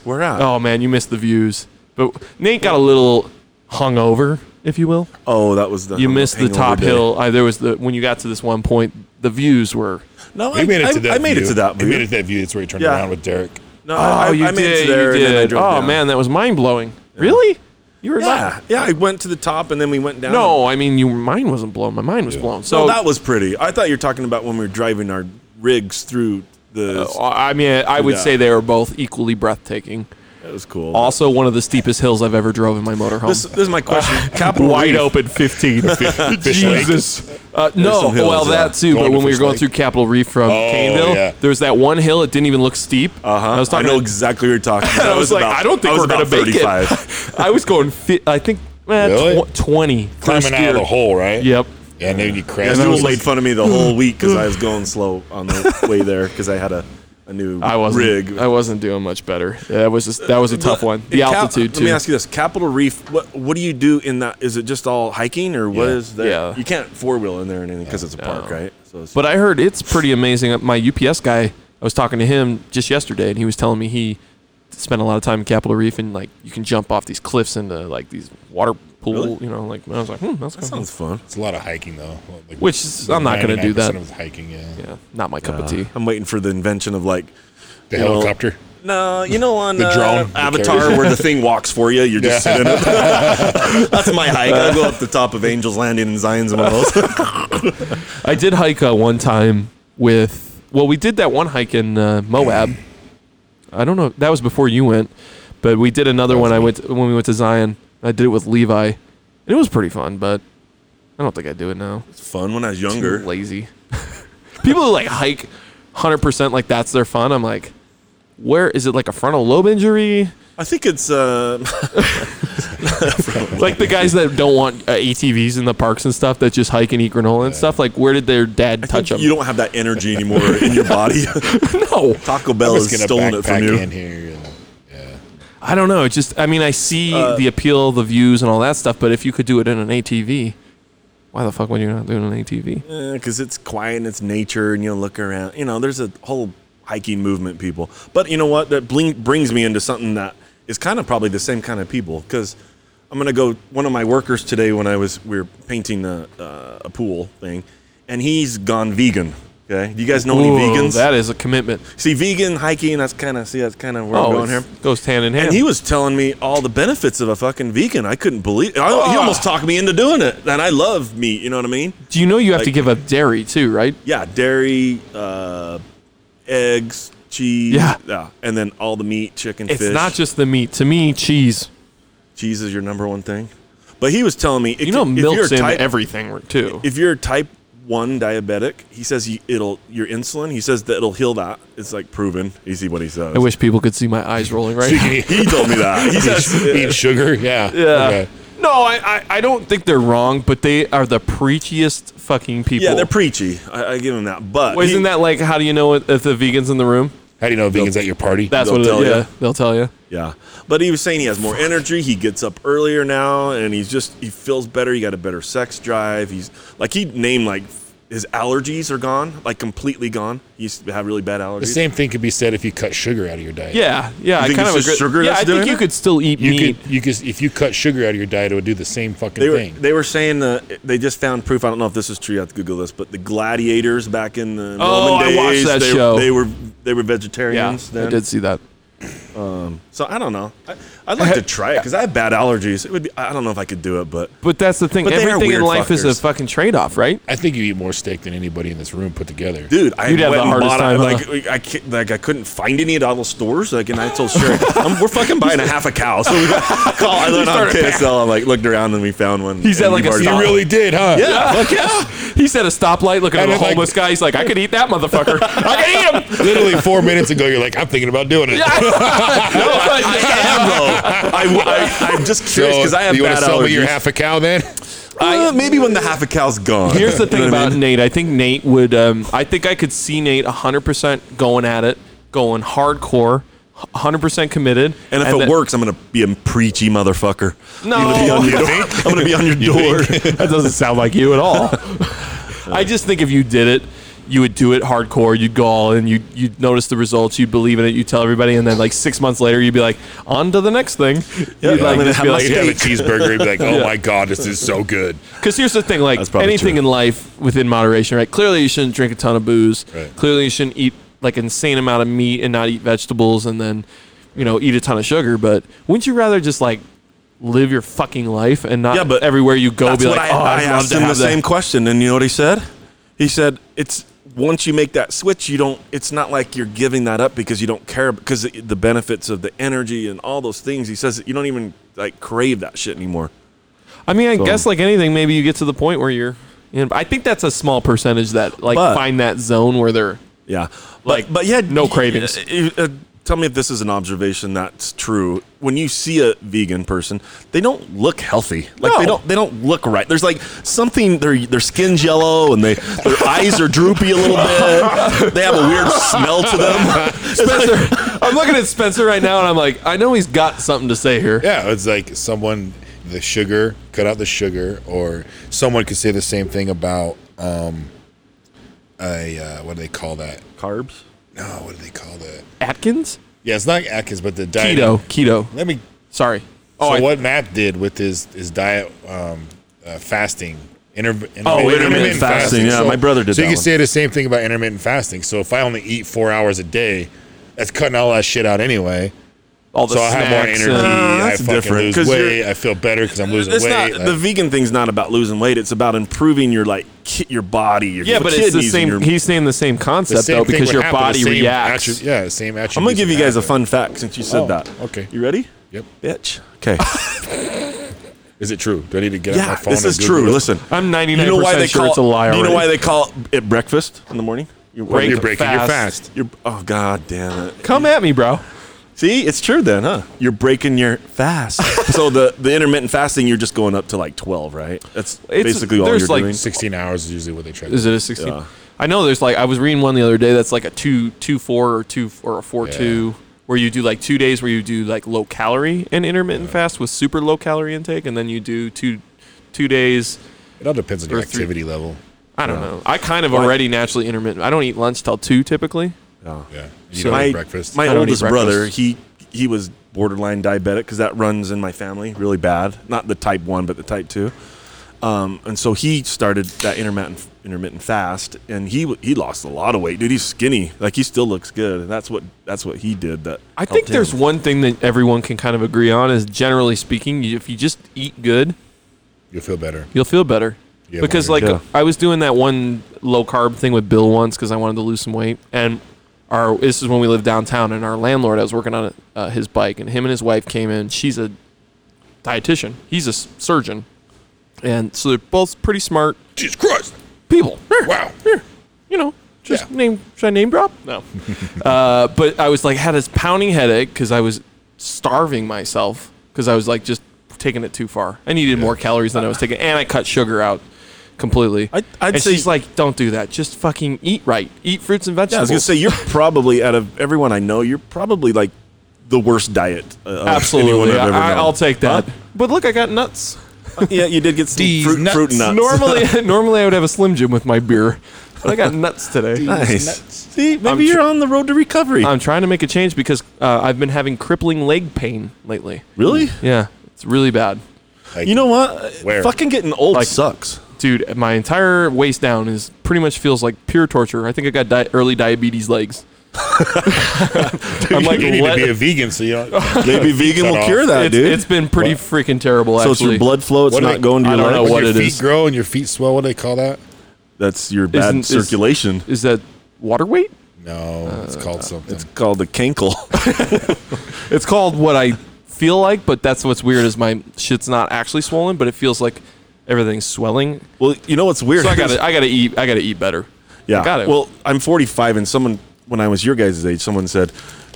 We're at. Oh man, you missed the views. But Nate got a little hungover, if you will. Oh, that was the You hung- missed the hangover top day. hill. I, there was the when you got to this one point, the views were. No, we I made I- it to that. I made view. it to that. We view. made it to that view. That's where he turned Yeah. around with Derek. No, I, I, I made it to there. and then I Oh drove down. man, that was mind blowing. Really? You were Yeah, not. yeah. I went to the top and then we went down. No, I mean, you, mine wasn't blown. My mind was blown. So so that was pretty. I thought you were talking about when we were driving our rigs through the. I mean, I would Yeah. say they were both equally breathtaking. That was cool. Also, one of the steepest hills I've ever drove in my motorhome. This, this is my question. *laughs* *laughs* Capital Wide Reef. open 15. *laughs* Jesus. Uh, no, some hills, well, yeah. that too, Going but to when we were Fish going Lake. through Capitol Reef from Caneville, yeah. there was that one hill. It didn't even look steep. Uh-huh. I was talking know to- exactly what you're talking about. *laughs* I was, like, about- I don't think was we're going to about make *laughs* 35. it. I was going, fi- I think, eh, Really? tw- 20. first climbing out of gear. the hole, right? Yep. Yeah, and then you Yeah, crash. Jewel Yeah, made fun of me the *laughs* whole week because I was going slow on the way there because I had a, a new I wasn't. rig. I wasn't doing much better. That was just, that was a tough one. The In Cap- altitude Let too. me ask you this: Capitol Reef. What what do you do in that? Is it just all hiking or what Yeah. is there? Yeah. You can't four wheel in there or anything because it's a park, right? So it's, *laughs* But I heard it's pretty amazing. My UPS guy, I was talking to him just yesterday, and he was telling me he spent a lot of time in Capitol Reef, and like you can jump off these cliffs into like these water pool, Really? you know. Like and I was like, hmm, that's that kind sounds of fun. It's a lot of hiking though. Like, Which is- I'm not gonna do 99% that. Of it's hiking, yeah. yeah, not my cup of tea. I'm waiting for the invention of like. The You know, helicopter. No, you know on The uh, drone that Avatar carries- where the thing walks for you, you're just Yeah. sitting. *laughs* That's my hike. I go up the top of Angel's Landing and Zion's and all those. *laughs* I did hike uh, one time with. Well, we did that one hike in uh, Moab. I don't know. That was before you went, but we did another one. I went to- when we went to Zion. I did it with Levi, and it was pretty fun. But I don't think I'd do it now. It's fun when I was too younger. lazy. *laughs* People who like hike 100% like that's their fun. I'm like, where is it like a frontal lobe injury? I think it's uh, Like the guys that don't want uh, ATVs in the parks and stuff that just hike and eat granola and stuff. Like, where did their dad touch them? you don't have that energy anymore in your *laughs* body. know. Taco Bell Just has gonna stolen it from backpack you. in here. And, yeah. I don't know. It just, I mean, I see Uh, the appeal, the views, and all that stuff, but if you could do it in an ATV, why the fuck would you not do it in an ATV? because it's quiet and it's nature and you look around you know there's a whole hiking movement people but you know what that bling- brings me into something that is kind of probably the same kind of people because i'm going to go one of my workers today when i was we were painting a, uh, a pool thing and he's gone vegan okay do you guys know any Ooh, vegans That is a commitment. see vegan hiking that's kind of see that's kind of where i'm Oh, going here it goes hand in hand. and he was telling me all the benefits of a fucking vegan. I couldn't believe. I, He Ah. almost talked me into doing it. And I love meat. You know what I mean? do you know you have to like- give up dairy too, right? Yeah, dairy, uh, eggs, cheese. Yeah. and then all the meat, chicken, It's fish. not just the meat. To me, cheese. cheese is your number one thing. But he was telling me, it You know, can- if you're milk's in type, everything too. If you're type one diabetic, he says you, it'll your insulin. He says that it'll heal that. It's like proven. You see what he says. I wish people could see my eyes rolling right *laughs* now. *laughs* he told me that. He *laughs* says Eat sugar. Yeah. Okay. No, I, I, I don't think they're wrong, but they are the preachiest fucking people. Yeah, they're preachy. I, I give him that. But Well, he- isn't that like how do you know if if the vegans in the room? How do you know vegans at your party? That's They'll what tell it, ya. yeah, they'll tell you. Yeah, but he was saying he has more energy. He gets up earlier now, and he's just he feels better. He got a better sex drive. He's like he named like his allergies are gone, like completely gone. He used to have really bad allergies. the same thing could be said if you cut sugar out of your diet. Yeah, yeah. I think kind it's of just agree. sugar yeah, that's I think doing you it? could still eat You meat. could you could if you cut sugar out of your diet, it would do the same fucking they were thing. they were saying that they just found proof. I don't know if this is true. You have to Google this, but the gladiators back in the Oh, Roman I days, watched that they, show. they were they were yeah, vegetarians. then. I did see that. So I don't know. I, I'd like to try it because I have bad allergies. It would be I don't know if I could do it, but But that's the thing. But they are Everything weird in life is a fuckers. fucking trade-off, right? I think you eat more steak than anybody in this room put together. dude, I You'd have went the and hardest bought time, I, like I can't- like I couldn't find any at all the stores. Like, and I told Sherry, I'm, we're fucking buying a half a cow. *laughs* So we got, call. I went on started *laughs* KSL and like looked around and we found one. He's at, and like, we've You *laughs* already- a stop- really did, huh? *laughs* yeah. Look yeah. He's at a stoplight looking at And a it's like- homeless guy. He's like, I could eat that motherfucker. *laughs* *laughs* I could eat him. Literally four minutes ago, you're like, I'm thinking about doing it. Yeah. *laughs* No, but- I am though. I, w- I, am just So, curious because I have you wanna bad sell me your allergies. half a cow then? Uh, maybe when the half a cow's gone. Here's the *laughs* thing You know what I about mean? Nate. I think Nate would. Um, I think I could see Nate 100% going at it, going hardcore, 100% committed. And *laughs* if it then- works, I'm gonna be a preachy motherfucker. No. I'm gonna be on your *laughs* door. I'm gonna be on your door. that doesn't sound like you at all. *laughs* I just think if you did it, you would do it hardcore. You'd go all in. You'd, you'd notice the results. You'd believe in it. You'd tell everybody. And then, like, six months later, you'd be like, on to the next thing. You'd, I'm like, gonna just have be my like, You'd have a cheeseburger and be like, oh my God, this is so good. Because here's the thing, like probably anything true. in life within moderation, right? Clearly, you shouldn't drink a ton of booze. Right. Clearly, you shouldn't eat like insane amount of meat and not eat vegetables and then, you know, eat a ton of sugar. But wouldn't you rather just like live your fucking life and not Yeah, but everywhere you go That's be what like, I, oh, I I'd love asked to him the have that. same question, and you know what he said? He said, "It's once you make that switch, you don't. It's not like you're giving that up because you don't care because the- the benefits of the energy and all those things. He says that you don't even like crave that shit anymore. I mean, I guess like anything, maybe you get to the point where you're. You know, I think that's a small percentage that like But- find that zone where they're. Yeah, Like, but, but yeah, no y- cravings. y- uh, tell me if this is an observation that's true. When you see a vegan person, they don't look healthy. Like No. they don't they don't look right. There's like something their their skin's yellow and they their eyes are droopy a little bit. They have a weird smell to *laughs* them. Spencer, *laughs* I'm looking at Spencer right now, and I'm like, I know he's got something to say here. Yeah, it's like someone the sugar cut out the sugar, or someone could say the same thing about um, a uh, what do they call that? Carbs. No, what do they call that? Atkins, Yeah, it's not Atkins, but the diet. keto, keto. Let me. Sorry. Oh, I- what Matt did with his his diet um, uh, fasting. Interv- Oh, intermittent, intermittent fasting, yeah, my brother did So that you one. can say the same thing about intermittent fasting. So if I only eat four hours a day, that's cutting all that shit out anyway. all the So I have more snacks energy. and- Uh, I that's fucking different, lose 'cause weight. you're- I feel better because I'm losing It's weight. not Like- the vegan thing's not about losing weight. It's about improving your like ki- your body. Your yeah, but it's the kidneys and same. your- he's saying the same the concept same though, thing because would your happen, the body same reacts. attri- yeah, the same attribute. I'm gonna give you guys a fun fact since you said Oh, that. okay. you ready? Yep. Bitch. *laughs* Okay. Is it true? Do I need to get out my yeah, phone? this and is Google true. it? Listen, *laughs* I'm 99% you know why they sure call it's a lie Do you know why already. they call it breakfast in the morning? You're Well, break you're breaking your fast. fast. You're, oh god damn it! Come at me, bro. See, it's true then, huh? You're breaking your fast. *laughs* so the the intermittent fasting, you're just going up to like twelve, right? That's basically all there's you're like doing. 16 hours is usually what they try. To Is it a 16? Yeah. I know there's like I was reading one the other day that's like a two two four or two or a four Yeah. two where you do like two days where you do like low calorie and intermittent fast with super low calorie intake and then you do two two days. It all depends on your Or three- activity level. I don't know. I kind of already naturally intermittent. I don't eat lunch till two typically. Oh. Yeah. You So don't my eat breakfast. my I don't eat oldest brother, breakfast. he he was borderline diabetic because that runs in my family really bad. Not the type one, but the type two. Um, and so he started that intermittent intermittent fast, and he w- he lost a lot of weight, dude. He's skinny, like he still looks good, and that's what that's what he did. That I helped think there's him. one thing that everyone can kind of agree on is generally speaking, you- if you just eat good, You'll feel better. you'll feel better. Yeah, because more like energy. I was doing that one low carb thing with Bill once because I wanted to lose some weight, and our this is when we lived downtown, and our landlord I was working on uh, his bike, and him and his wife came in. She's a dietitian. He's a s- surgeon, and so they're both pretty smart Jesus Christ! people. Wow. You know, just Yeah. name should I name drop? *laughs* No, uh, but I was like had this pounding headache because I was starving myself because I was like just taking it too far. I needed more calories than I was taking, and I cut sugar out completely. I- I'd and say- she's like, "Don't do that. Just fucking eat right. Eat fruits and vegetables." Yeah, I was gonna say you're probably out of everyone I know, you're probably like the worst diet. Uh, of anyone absolutely. I've ever I, known. will take that. Huh? But look, I got nuts. yeah, you did get some These fruit, nuts. fruit nuts. *laughs* Normally, *laughs* normally I would have a Slim Jim with my beer, but I got nuts today. nice. See, maybe I'm you're tr- on the road to recovery. I'm trying to make a change because uh, I've been having crippling leg pain lately. really? Yeah, it's really bad. Like, You know what? Where? Fucking getting old Like- sucks. Dude, my entire waist down is pretty much feels like pure torture. I think I got di- early *laughs* diabetes legs. I'm like, you need let- to be a vegan, so you don't. *laughs* Maybe vegan will off. cure that, it's, dude. it's been pretty What? freaking terrible. so Actually, it's your blood flow. It's What do not they- going to I your don't know legs. what your it feet is. grow and your feet swell. What do they call that? That's your bad Isn't- is- circulation. Is that water weight? No, Uh, it's called something. it's called the cankle. It's called what I feel like, but that's what's weird is my shit's not actually swollen, but it feels like everything's swelling. well, you know what's weird? So I is- gotta, I gotta eat, I gotta eat better. Yeah. I gotta. Well, I'm 45, and someone, when I was your guys' age, someone said,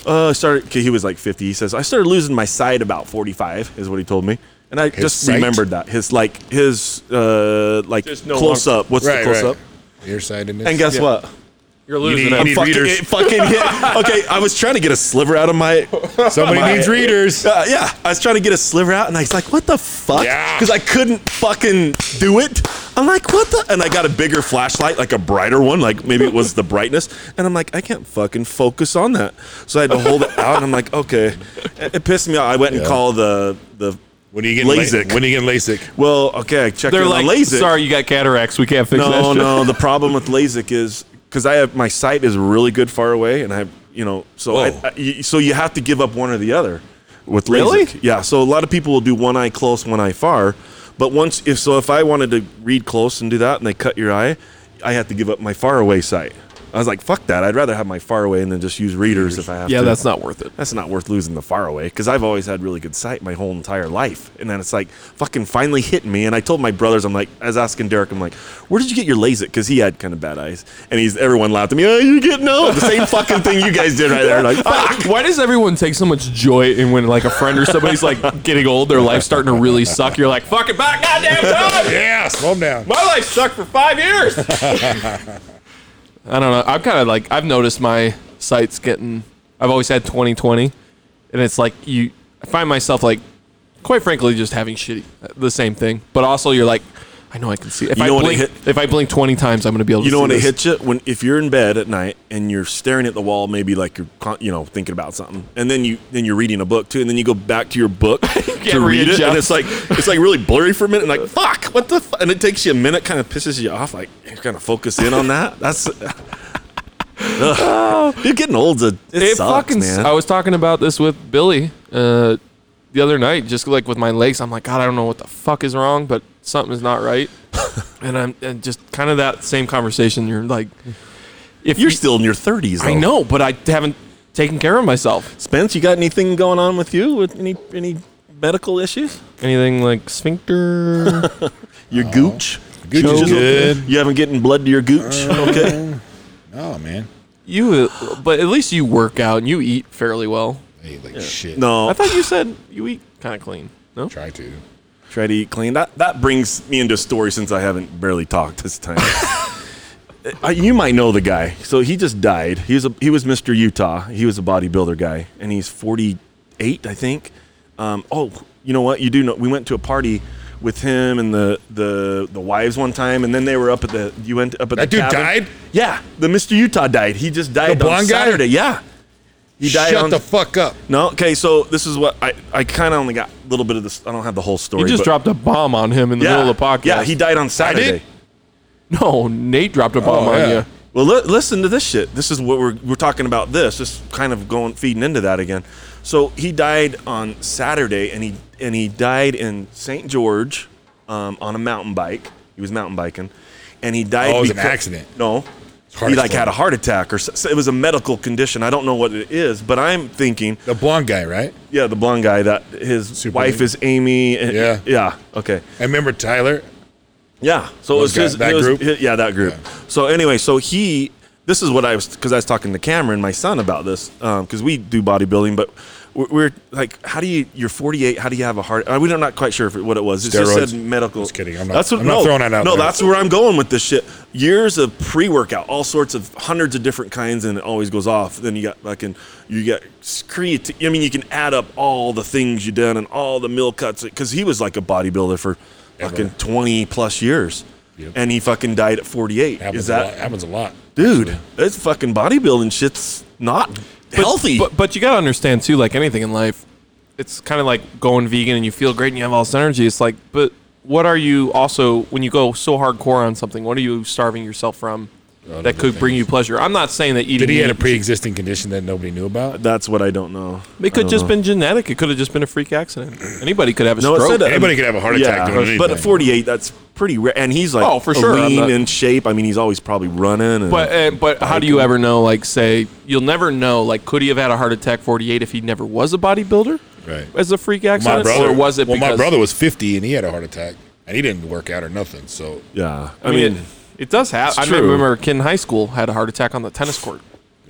uh, I started, 'kay, he was like 50. He says, I started losing my sight about 45, is what he told me. And I just sight? remembered that. His, like, his, uh, like, There's no close up. What's the right, close right. up? Nearsightedness. And guess what? you're you losing need- it. you need- Fucking, readers. it *laughs* fucking hit. Okay, I was trying to get a sliver out of my. Somebody My- needs readers. Uh, yeah, I was trying to get a sliver out, and I was like, "What the fuck?" Yeah. Because I couldn't fucking do it. I'm like, "What the?" And I got a bigger flashlight, like a brighter one, like maybe it was the brightness. And I'm like, I can't fucking focus on that, so I had to hold it out. And I'm like, okay, it, it pissed me off. I went and Yeah. called the the. When are you getting LASIK. LASIK? When are you getting LASIK? Well, okay, I checked. They're in on like, LASIK. sorry, you got cataracts. We can't fix that. No, shit." no. The problem with LASIK is because I have my sight is really good far away, and I, have, you know, so I, Whoa. I- y- so you have to give up one or the other with LASIK. Really? Yeah. So a lot of people will do one eye close, one eye far, but once if so, if I wanted to read close and do that, and they cut your eye. I have to give up my faraway sight. I was like, fuck that. I'd rather have my faraway and then just use readers if I have *laughs* Yeah, to. that's not worth it. That's not worth losing the faraway because I've always had really good sight my whole entire life. And then it's like fucking finally hitting me. And I told my brothers, I'm like, I was asking Derek, I'm like, where did you get your LASIK? Because he had kind of bad eyes. And he's everyone laughed at me, oh, you're getting old. The same fucking thing you guys did right there. Like, fuck. *laughs* Why does everyone take so much joy in when like a friend or somebody's like getting old, their life's starting to really suck? You're like, fuck it, back *laughs* goddamn time. Yeah, slow him down. My life sucked for five years. I don't know. I've kind of like I've noticed my sights getting. I've always had 20/20, and it's like you. I find myself like, quite frankly, just having shitty the same thing. But also, you're like, I know I can see. If You I know when it blink, hit- if I blink 20 times, I'm gonna be able. to You know see when it this. hits you when if you're in bed at night and you're staring at the wall, maybe like you're con- you know thinking about something, and then you then you're reading a book too, and then you go back to your *laughs* book to read it, and readjust. it's like it's like really blurry for a minute, and *laughs* like fuck, what the, f-? and it takes you a minute, kind of pisses you off, like you're gonna focus in on that. That's *laughs* Ugh. you're getting old. It, Oh. it sucks, fucking. s- man. I was talking about this with Billy uh, the other night, just like with my legs. I'm like, God, I don't know what the fuck is wrong, but something is not *laughs* right. and I'm and just kind of that same conversation. You're like, if you're you- still in your 30s. I though. know, but I haven't taken care of myself. Spence. You got anything going on with you? With any any medical issues? Anything *laughs* like sphincter? Your gooch. Gooch Gooch is is okay? good. You haven't getting blood to your gooch. Uh, Okay. No, man. you, uh, but at least you work out and you eat fairly well. I ate like shit. No, I thought you said you eat kind of clean. No, Try to. try to eat clean. That that brings me into a story since I haven't barely talked *laughs* this time. I, you might know the guy. So he just died. He was a, he was Mr. Utah. He was a bodybuilder guy, and he's 48, I think. Um, oh, you know what? You do know. We went to a party with him and the the the wives one time, and then they were up at the you went up at That the dude cabin. died? Yeah, the Mr. Utah died. He just died on blonde guy? Saturday. Yeah, he died Shut on the fuck up. no. Okay, so this is what I I kind of only got a little bit of this. I don't have the whole story. you just but- dropped a bomb on him in the middle of the podcast. yeah, he died on Saturday. did? No, Nate dropped a bomb Oh, on yeah. you. Well, li- listen to this shit. This is what we're we're talking about. This just kind of going feeding into that again. So he died on Saturday, and he and he died in St. George um, on a mountain bike. He was mountain biking, and he died. Oh, it was an because- accident. No, heart he like exploded. had a heart attack, or so, so it was a medical condition. I don't know what it is, but I'm thinking The blonde guy, right? Yeah, the blonde guy that his Super wife Amy. is Amy. and- Yeah. Yeah. Okay. I remember Tyler. Yeah. So it Those was guy- his, that it was- group? hi- yeah, that group. So anyway, so he, this is what I was, because I was talking to Cameron, my son, about this, because we do bodybuilding, but we're, we're like, how do you, you're 48, how do you have a heart? uh, we don't- We're not quite sure if it, what it was. It just Steroids. said medical. Just kidding. I'm not- that's what, I'm no, not throwing that out No, there. that's where I'm going with this shit. Years of pre-workout, all sorts of hundreds of different kinds, and it always goes off. Then you got fucking, you got creatine. I mean, you can add up all the things you done and all the meal cuts. Because he was like a bodybuilder for fucking 20 plus years, Yep. and he fucking died at 48. Happens Is a lot. that happens a lot? dude? That's fucking bodybuilding shit's not healthy. But but you gotta understand too, like anything in life, it's kind of like going vegan and you feel great and you have all this energy. It's like, but what are you also when you go so hardcore on something? What are you starving yourself from that could bring you pleasure? I'm not saying that eating. Did he had a meat- pre-existing condition that nobody knew about? that's what I don't know. It could just been genetic. It could have just been a freak accident. Anybody could have a No, it stroke. said that- Anybody could have a heart attack doing anything. but at 48, that's pretty rare. And he's like, Oh, for sure, I'm lean not- in shape. I mean, he's always probably running. And, But uh, but how do you ever know? Like, say you'll never know. Like, could he have had a heart attack 48 if he never was a bodybuilder? Right. As a freak my accident, brother or was it? Well, because, my brother was 50 and he had a heart attack and he didn't work out or nothing. So yeah, I mean, it, it does happen. I true. remember a kid in high school had a heart attack on the tennis court.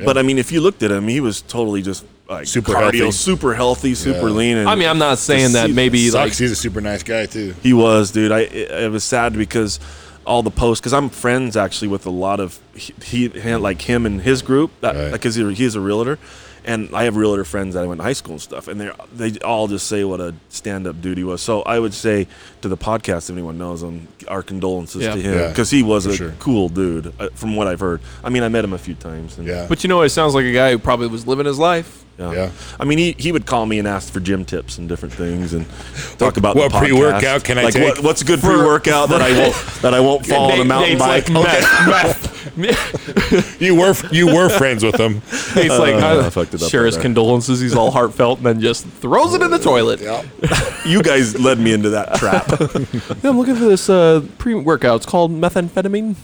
but I mean, if you looked at him, he was totally just like Super cardio, healthy. super healthy, super Yeah. lean. And I mean, I'm not saying that see- maybe sucks. like He's a super nice guy too. He was, dude. I it, it was sad because all the posts because I'm friends actually with a lot of he, he like him and his group that Right. because he, he's a realtor, and I have realtor friends that I went to high school and stuff, and they they all just say what a stand up dude he was. So I would say to the podcast, if anyone knows him, our condolences Yeah. to him Yeah, because he was for a sure. cool dude uh, from what I've heard. I mean, I met him a few times. And Yeah. But you know, it sounds like a guy who probably was living his life. Yeah. Yeah. I mean, he, he would call me and ask for gym tips and different things and talk about what the podcast. pre-workout can I like, take What, what's a good pre-workout that *laughs* I won't that I won't fall on a Nate- mountain bike? Nate's Like, *laughs* meth, meth. *laughs* You were you were friends with him. Nate's like, Uh, uh, I fucked it up share right his there. Uh, condolences. He's all heartfelt and then just throws it in the toilet. you guys led me into that trap. *laughs* Yeah, I'm looking for this uh, pre-workout. It's called methamphetamine.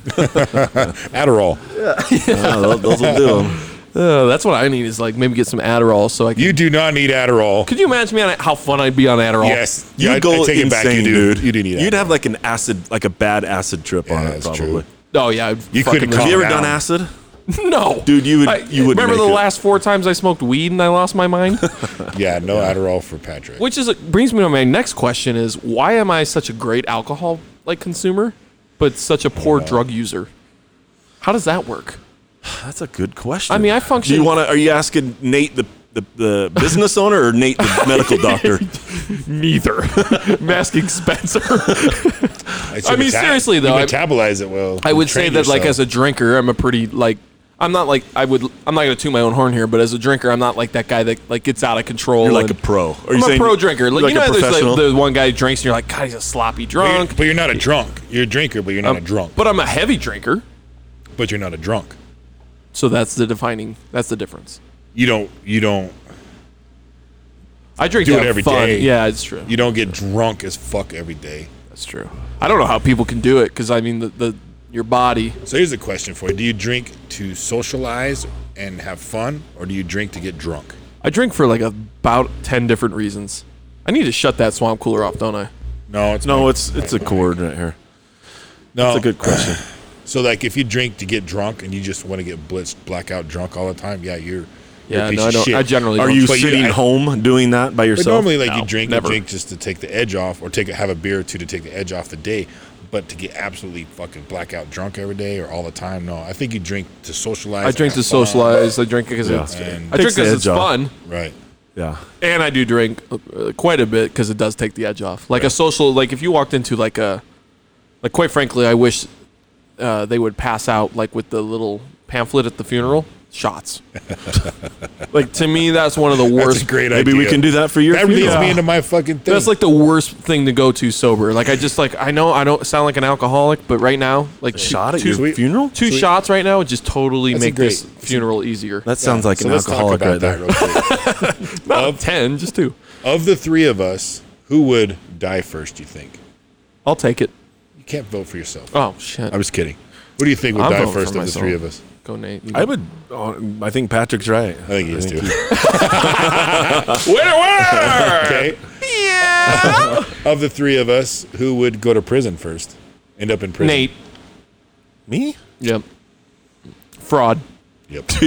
Adderall. Yeah, those, those will do 'em. Uh, that's what I need is like maybe get some Adderall so I can. You do not need Adderall. could you imagine me on how fun I'd be on Adderall? Yes. You Yeah, I- I go take insane, it back. You do. dude. You do need. You'd Adderall. have like an acid, like a bad acid trip on Yeah, it, that's probably. true. Oh yeah. I'd You fucking couldn't love Have you ever Calm done down. acid? it. *laughs* No, Dude, you would- I- you wouldn't remember make the it. last four times I smoked weed and I lost *laughs* my mind. yeah, no Adderall for Patrick. Which is brings me to my next question: Is why am I such a great alcohol like consumer, but such a poor drug user? How does that work? That's a good question. I mean, I Do function- you want to? Are you asking Nate the, the, the business owner or Nate the *laughs* medical doctor? *laughs* Neither. *laughs* Masking Spencer. It's I your mean, seriously, though, I- you metabolize it well. I You would say train that like as yourself. a drinker, I'm a pretty like I'm not like I would I'm not gonna toot my own horn here, but as a drinker, I'm not like that guy that like gets out of control. You're like and- a pro. Are you I'm a saying pro drinker. you're Like, you like know, a how there's professional? like the one guy who drinks, and you're like, God, he's a sloppy But you're, drunk. Um, but you're not a drunk. You're a drinker, but you're not a drunk. But I'm a heavy drinker, But you're not a drunk. so that's the defining. That's the difference. You don't. You don't. I drink Do to it have every fun. day. Yeah, it's true. You don't get drunk as fuck every day. That's true. I don't know how people can do it because I mean the, the your body. So here's a question for you: Do you drink to socialize and have fun, or do you drink to get drunk? I drink for like about ten different reasons. I need to shut that swamp cooler off, don't I? No, it's No, it's it's a cord right here. no. That's a good question. So like, if you drink to get drunk and you just want to get blitzed, blackout drunk all the time, yeah, you're. you're a Yeah, piece no, I of don't. shit. I generally Are don't you But you- sitting I- home doing that by But yourself? normally, like No, you drink, never. you drink just to take the edge off, or take have a beer or two to take the edge off the day. But to get absolutely fucking blackout drunk every day or all the time, no. I think you drink to socialize. I drink have to fun. socialize. I drink because it's. And- I Takes drink the because it's edge off. fun, Right. yeah. and I do drink uh, quite a bit because it does take the edge off. Like a social, like if you walked into like a, like quite frankly, I wish uh, they would pass out like with the little pamphlet at the funeral shots. *laughs* like to me, that's one of the worst. That's a great Maybe idea. we can do that for your That leads funeral. me into my fucking thing. That's like the worst thing to go to sober. Like I just like I know I don't sound like an alcoholic, but right now, like two, shot at two, your Sweet. funeral. two shots right now would just totally That's a make great- this funeral easier. That sounds like so an let's talk alcoholic about right that there. real quick. Not ten, just two. of the three of us, who would die first? You think? I'll take it. You can't vote for yourself. Oh shit. I'm just kidding. Who do you think would I'm die voting for first of the myself. three of us? Go Nate. You I go. would. oh, I think Patrick's right. I think he is too. Winner, winner! okay. *laughs* of the three of us, who would go to prison first? End up in prison. *laughs* Nate. Me? Yep. Fraud. Yep. *laughs*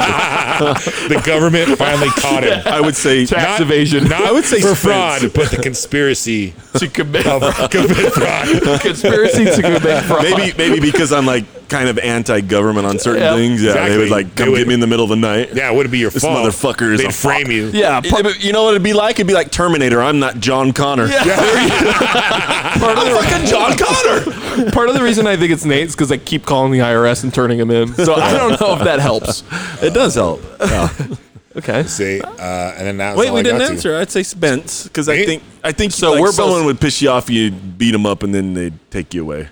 the government finally caught *laughs* him. I would say Tax evasion. Not I would say for Spence. fraud, but the conspiracy *laughs* to commit of *laughs* commit fraud. conspiracy to commit *laughs* fraud. maybe maybe because I'm like kind of anti-government on certain Yeah. things. Yeah, they Exactly. would like They come would- get me in the middle of the night. Yeah, it wouldn't be your This fault. motherfucker is They'd a frame fuck. you. Yeah, It- it- you know what it'd be like? It'd be like Terminator. I'm not John Connor. *laughs* *laughs* part of, the, Fucking John Connor. *laughs* part of the reason I think it's Nate is because I keep calling the IRS and turning him in. So I don't know if that helps. *laughs* Oh. It does help. *laughs* Okay. Say, uh, and then that's Wait, all we I didn't got to. answer. I'd say Spence because I Me? think I think So so. Like, we're we're both- someone would piss you off. You beat him up and then they'd take you away.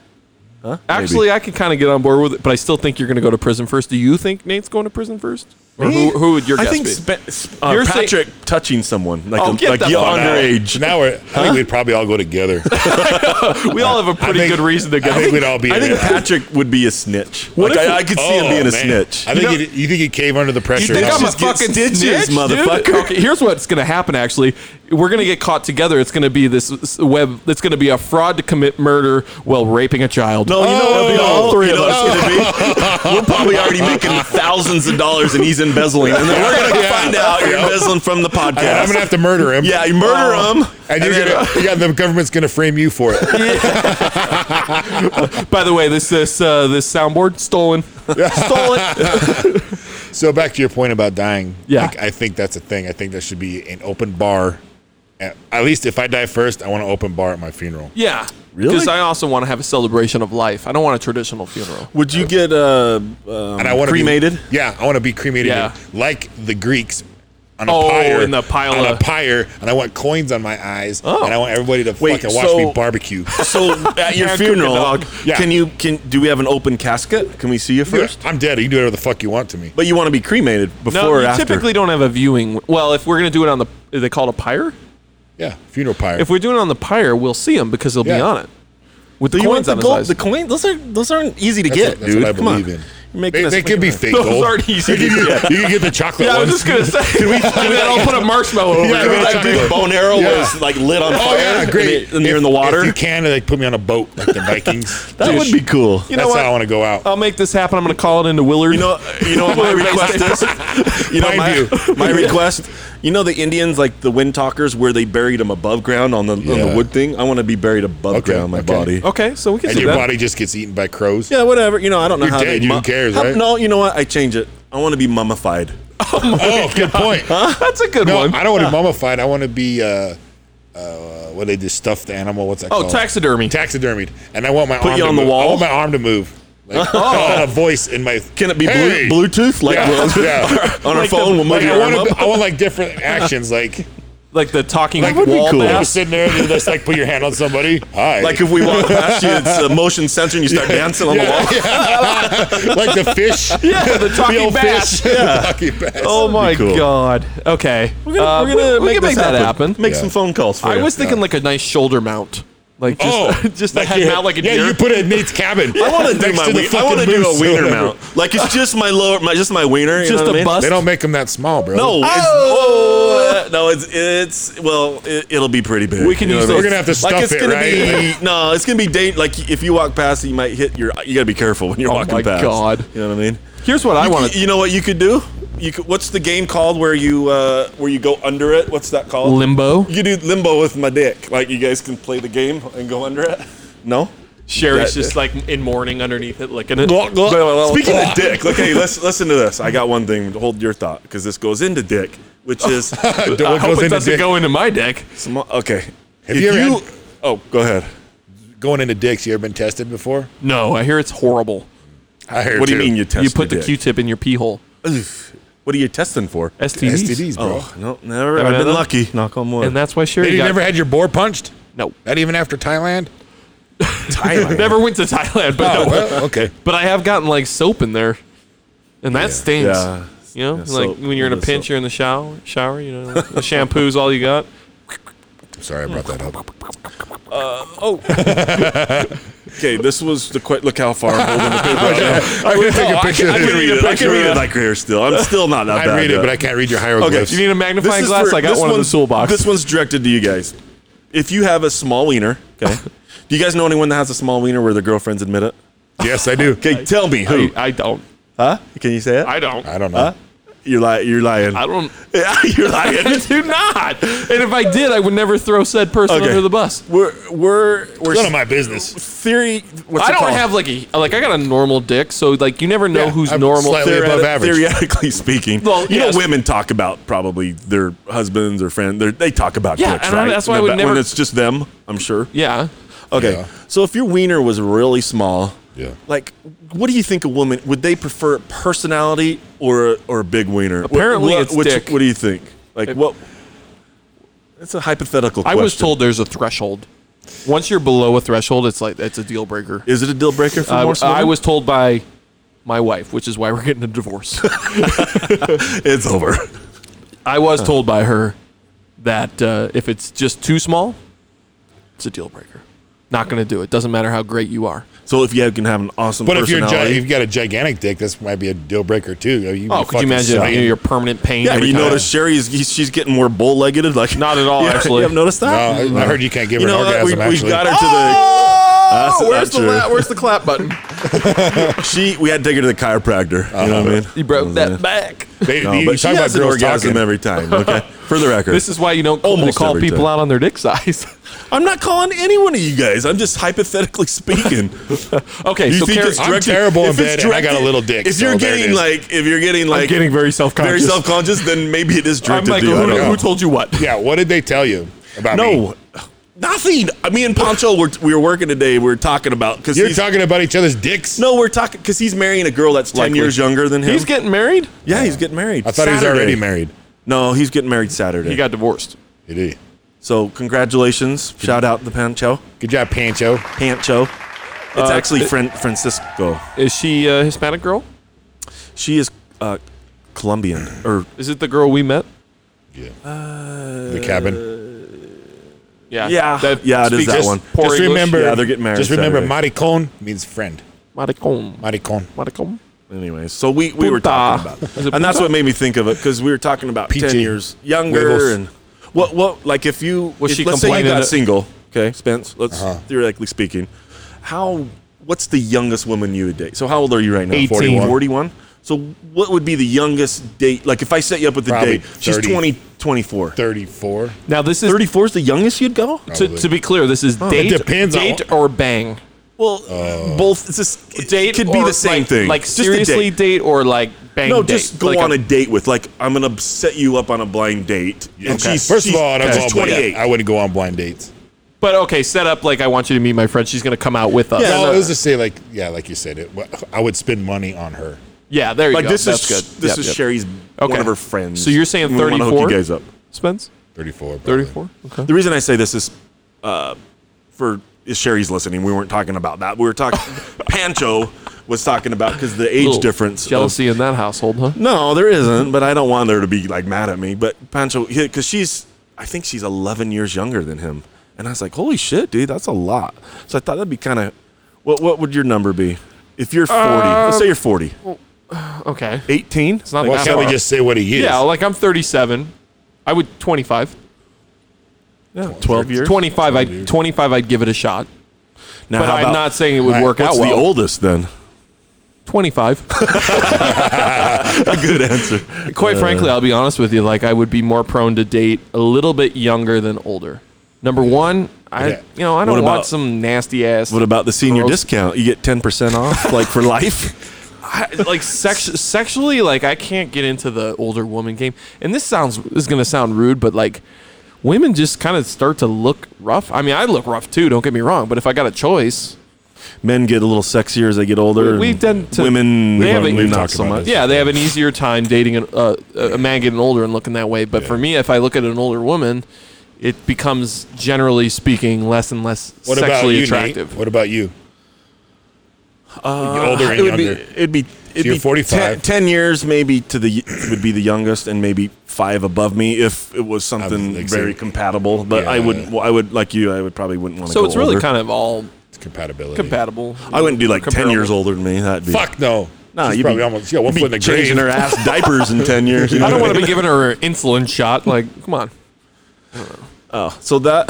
Actually, I can kind of get on board with it, but I still think you're going to go to prison first. Do you think Nate's going to prison first? Or who, who would your I guess think be? Spence, uh, You're saying- Patrick touching someone like Oh, a, get like the you fuck out. underage. Now we're, I think we'd probably all go *laughs* together. we all have a pretty think- good reason to go. I think we'd all be I in think there. Patrick would be a snitch. What like if- I, I could see him Oh, being a man. snitch. I think you, you think he came under the pressure. think huh? I'm a- Just get stitches, motherfucker. dude. Okay, here's what's gonna happen. Actually, we're gonna get caught together. It's gonna be this s- web. It's gonna be a fraud to commit murder while raping a child. No, you know what? Oh, it'll be all no. three of us. Gonna be, *laughs* we're probably already making thousands of dollars, and he's embezzling. And then we're gonna Yeah. find out you're embezzling from the And then I'm podcast. gonna have to murder him. yeah, you murder him. Uh, and, you're then- gonna, yeah, the government's gonna frame you for it. Ah, By the way, this this uh, this soundboard *laughs* stolen, stolen. So back to your point about dying. Yeah. like, I think that's a thing. I think there should be an open bar. At, at least if I die first, I want an open bar at my funeral. yeah, Really? Because I also want to have a celebration of life. I don't want a traditional funeral. Would you get uh, um, And I want to cremated? Be, yeah, I want to be cremated. Yeah. in- like the Greeks, on a Oh, pyre, in the pile on of- a pyre, and I want coins on my eyes, and I want everybody to Wait, fucking watch so- me barbecue. *laughs* So uh, at your Yeah, cook funeral, your dog. Yeah. can you can do we have an open casket? Can we see you first? I'm dead. You can do whatever the fuck you want to me. But you want to be cremated before No, or you after? typically don't have a viewing. Well, if we're gonna do it on the, is they call it a pyre? Yeah, funeral pyre. If we're doing it on the pyre, we'll see them because they'll be Yeah. on it with Do the you want coins the on his gold? eyes. The coin? Those are those aren't easy to that's get, what, that's dude. what I Come on. believe in. You're making they us they could be fake think Those gold. aren't easy to You can get. You can get the chocolate yeah, I was ones. just gonna say. *laughs* Can we, and then I'll put a *laughs* marshmallow over Yeah, it. we- that big bone arrow Yeah. was like lit *laughs* on Oh fire. yeah, great. And, it- and you're in the If- water. If you can, they put me on a boat like *laughs* the Vikings. that would be cool. You know That's what? Um, how I want to go out. I'll make this happen. I'm gonna call it into Willard. You know, you know what *laughs* my request is. You know Mind my, you. my request. You know the Indians like the wind talkers where they buried them above ground on the on the Yeah. wood thing. I want to be buried above Okay, ground, my okay. body. okay, so we can and do your that. body just gets eaten by crows. Yeah, whatever. You know, I don't know You're how dead, they. you- who cares, right? No, you know what? I change it. I want to be mummified. Oh, good *laughs* point. That's a good No, one. I don't want to be mummified. I want to be uh, uh, what they just stuffed the animal. What's that? Oh, called? taxidermy. Taxidermied. And I want my arm you to on the move. I wall? want my arm to move. Like, Oh. I want a voice in my. Can it be Hey! blue, Bluetooth? *laughs* Like Yeah, we'll- *laughs* yeah. on our Like the- phone, we'll move Like, I your arm want, up. to, I want like *laughs* different actions, like like the talking like would be wall. cool. Like, map. you're sitting there, and you just like put your hand on somebody. Hi. Like if we walk past you, it's a motion sensor, and you start dancing on the Yeah, wall. yeah. *laughs* like the fish. *laughs* Yeah, the talking old bass. fish. *laughs* Yeah. the talking bass. Oh my cool. god. Okay. We're We're gonna, we, we make, can make that happen. Make Yeah. some phone calls for I you. was thinking like a nice shoulder mount. Like just oh, *laughs* just the head you- mount like a yeah. deer. You put it in Nate's cabin. I want to do my. Wien- I want to do a wiener mount. Like it's just my lower, my just my wiener. you Just know what a I mean? bust? *laughs* They don't make them that small, bro. No, *laughs* it's, oh! uh, no, it's it's well, it, it'll be pretty big. We can use what I those- We're gonna have to mean? stuff like it's it, gonna right? be no, it's gonna be date. Like if you walk past, it, you might hit your. You gotta be careful when you're Oh walking my past. God. you know what I mean? *laughs* Here's what I You, want c- you know what you could do? You could, what's the game called where you uh, where you go under it? What's that called? limbo. You do limbo with my dick. Like you guys can play the game and go under it. No. Sherry's That- just like in mourning underneath it, licking it. Speaking of *laughs* dick, look, hey, let's listen to this. I got one thing. Hold your thought because this goes into dick, which *laughs* is Don't- I what hope goes it into doesn't dick- go into my deck. Some- okay. Have you ever had- oh, go ahead. Going into dicks, you ever been tested before? No, I hear it's horrible. I heard. What do you mean you test? you put the dick? Q-tip in your pee hole. Oof. What are you testing for? STDs. STDs, bro. Oh no, never. Never I've had been that? lucky. Knock on wood. And that's why Sherry Have you got never had your boar punched? no. Not even after Thailand. *laughs* Never went to Thailand, but Oh, no. well, okay. But I have gotten like soap in there, and that stings. Yeah. You know, Yeah, like soap. when you're in a Yeah, pinch, soap. you're in the shower. Shower, you *laughs* know, the shampoo's all you got. Sorry, I brought that up. okay. This was the quick. Look how far I'm holding the *laughs* paper. I'm gonna take a picture. I of can read this. it. I can read it like here still. *laughs* I'm still not that bad. I read it, yet. but I can't read your hieroglyphs. *laughs* You need a magnifying is glass? for- I got this one in the one's- toolbox. This one's directed to you guys. If you have a small wiener, *laughs* okay. Do you guys know anyone that has a small wiener where their girlfriends admit it? yes, I do. Okay, tell me who. I, I don't. huh? Can you say it? I don't. I don't know. you're lying. You're lying. *laughs* I don't. you're *laughs* lying. I do not. And if I did, I would never throw said person Okay. under the bus. We're we're we're None of my business. theory. What's I it don't called? have like a like I got a normal dick, so like you never know Yeah, who's I'm normal. slightly Theoret- above average. Theoretically *laughs* speaking, Well, you yes. know, women talk about probably their husbands or friends. They're- They talk about Yeah, dicks, and I- right? that's why I In the would ba- never- When it's just them, I'm sure. Yeah. Okay, Yeah. so if your wiener was really small, Yeah. like, what do you think a woman would they prefer personality or or a big wiener? What- Apparently what, it's which, dick. What do you think? Like, what? It's a hypothetical. I Question. was told there's a threshold. Once you're below a threshold, it's like it's a deal breaker. Is it a deal breaker for I- most Uh, I women? was told by my wife, which is why we're getting a divorce. *laughs* *laughs* It's over. I was told by her that uh, if it's just too small, it's a deal breaker. Not going to do it. Doesn't matter how great you are. So if you can have an awesome But if you're personality, gi- if you've got a gigantic dick, this might be a deal breaker too. You know, you'd Oh, be could you fucking imagine slain. you know, your permanent pain? Yeah, every you time? notice Sherry's he's, she's getting more bow-legged. Like Not at all, Yeah, actually. You have noticed *laughs* *laughs* No, that? I, I heard you can't give you her know an what? We, orgasm. we actually, got her to That's Oh, where's not the la- true. where's the clap *laughs* button? the she. We had to take her to the chiropractor. You know what I mean? You broke that back. They- No, you but she talk about has an girls orgasm talking. every time. Okay, for the record, This is why you don't Almost call every people time. out on their dick size. *laughs* I'm not calling any one of you guys. I'm just *laughs* hypothetically speaking. okay, You so think Karen- it's I'm directed- terrible in if it's bed and I got a little dick, If you're so there it getting is. like, if you're getting like, getting very self-conscious. very self-conscious, then maybe it is I'm directed like, to you. I who, don't know. who told you what? Yeah, what did they tell you about me? No, nothing. I- Me and Poncho were we were working today. We were talking about because You're talking about each other's dicks. No, we're talking because he's marrying a girl that's ten Likely. years younger than him. He's getting married? yeah, he's getting married. I thought he was Saturday. already married. No, he's getting married Saturday. He got divorced. It is. so congratulations. Shout out the Pancho. Good job, Pancho. Pancho. Uh, It's actually Fran- Francisco. Is she a Hispanic girl? She is uh, Colombian or Is it the girl we met? Yeah. Uh, the cabin. Yeah. Yeah. That Yeah, it is *laughs* speaks that just one. poor Just English. remember, Yeah, they're getting married Just remember, Saturday. maricon means friend. Maricón. Maricon. Maricón. Anyways, so we, we were Puta. talking about, Is it and that's puta? what made me think of it because we were talking about Peachy. ten years younger Huevos. and what what like if you Was if- she let's say you complaining got that- single, okay, Spence. Let's Uh-huh. theoretically speaking, how what's the youngest woman you would date? So how old are you right now? 18. 41? So what would be the youngest date? Like if I set you up with the Probably date, she's 30. 20, 24. 34. Now this is 34 is the youngest you'd go? to, to be clear. This is date, depends on- date or bang. Well, both. It's just, it Date could be or, the same like, thing. Like Just a seriously, date. date or like bang. No, date. just go Like on a, a- date with like I'm gonna set you up on a blind date. And she's, First she's- of all, I don't go she's on blind- 28. I wouldn't go on blind dates. But okay, set up like I want you to meet my friend. She's gonna come out with us. Yeah, Yeah, no, let's just say like yeah, like you said, it, I would spend money on her. there you Like go. this That's is good. this Yep, is yep. Sherry's one Okay. of her friends. So you're saying We wanna hook 34? You guys up. Spence. 34. probably. Thirty-four. Okay. The reason I say this is, uh, for if Sherry's listening, we weren't talking about that. We were talking. *laughs* Pancho was talking about because the age Little difference. of- Jealousy in that *laughs* household, huh? no, there isn't. But I don't want her to be like mad at me. But Pancho, because she's, I think she's 11 years younger than him. And I was like, holy shit, dude, that's a lot. So I thought that'd be kind of. What what would your number be? If you're 40, let's say you're 40, Okay. 18. Uh, It's not Why that can't far. we just say what he is? Yeah, like I'm 37. I would 25. Yeah, 12 years. 25. I 25. I'd give it a shot. Now, But how I'm about- not saying it would Right, work out What's the well. oldest then? *laughs* *laughs* 25. A good answer. Quite frankly, I'll be honest with you. Like I would be more prone to date a little bit younger than older. Number one, I Yeah. you know I don't What want about- some nasty ass. What about the senior Gross. discount? You get 10% off, like for life? *laughs* I, like sex, sexually, like I can't get into the older woman game. And this sounds this is gonna sound rude, but like women just kind of start to look rough. I mean, I look rough too. Don't get me wrong. But if I got a choice, Men get a little sexier as they get older. We- we and tend to- women. they we don't- have a- we've we've not talked so about much. this. yeah, they have an easier time dating an, uh, a man getting older and looking that way. But for me, if I look at an older woman, it becomes generally speaking less and less What about sexually you, attractive. Nate? What about you? Uh, older and It would be. younger. It'd be. It'd you're be 45. 10, 10 years maybe to the would be the youngest, and maybe five above me if it was something like, very say- compatible. But I Yeah. wouldn't. well, I would like you. I would probably wouldn't want to. so it's really kind of all It's compatibility. compatible. I wouldn't do like ten comparable. years older than me. That'd be Fuck no. No, She's you'd probably be almost. She got one you'd foot in be the grave. changing her ass diapers *laughs* in ten years. I don't want to be giving her an insulin shot. Like, come on. So that,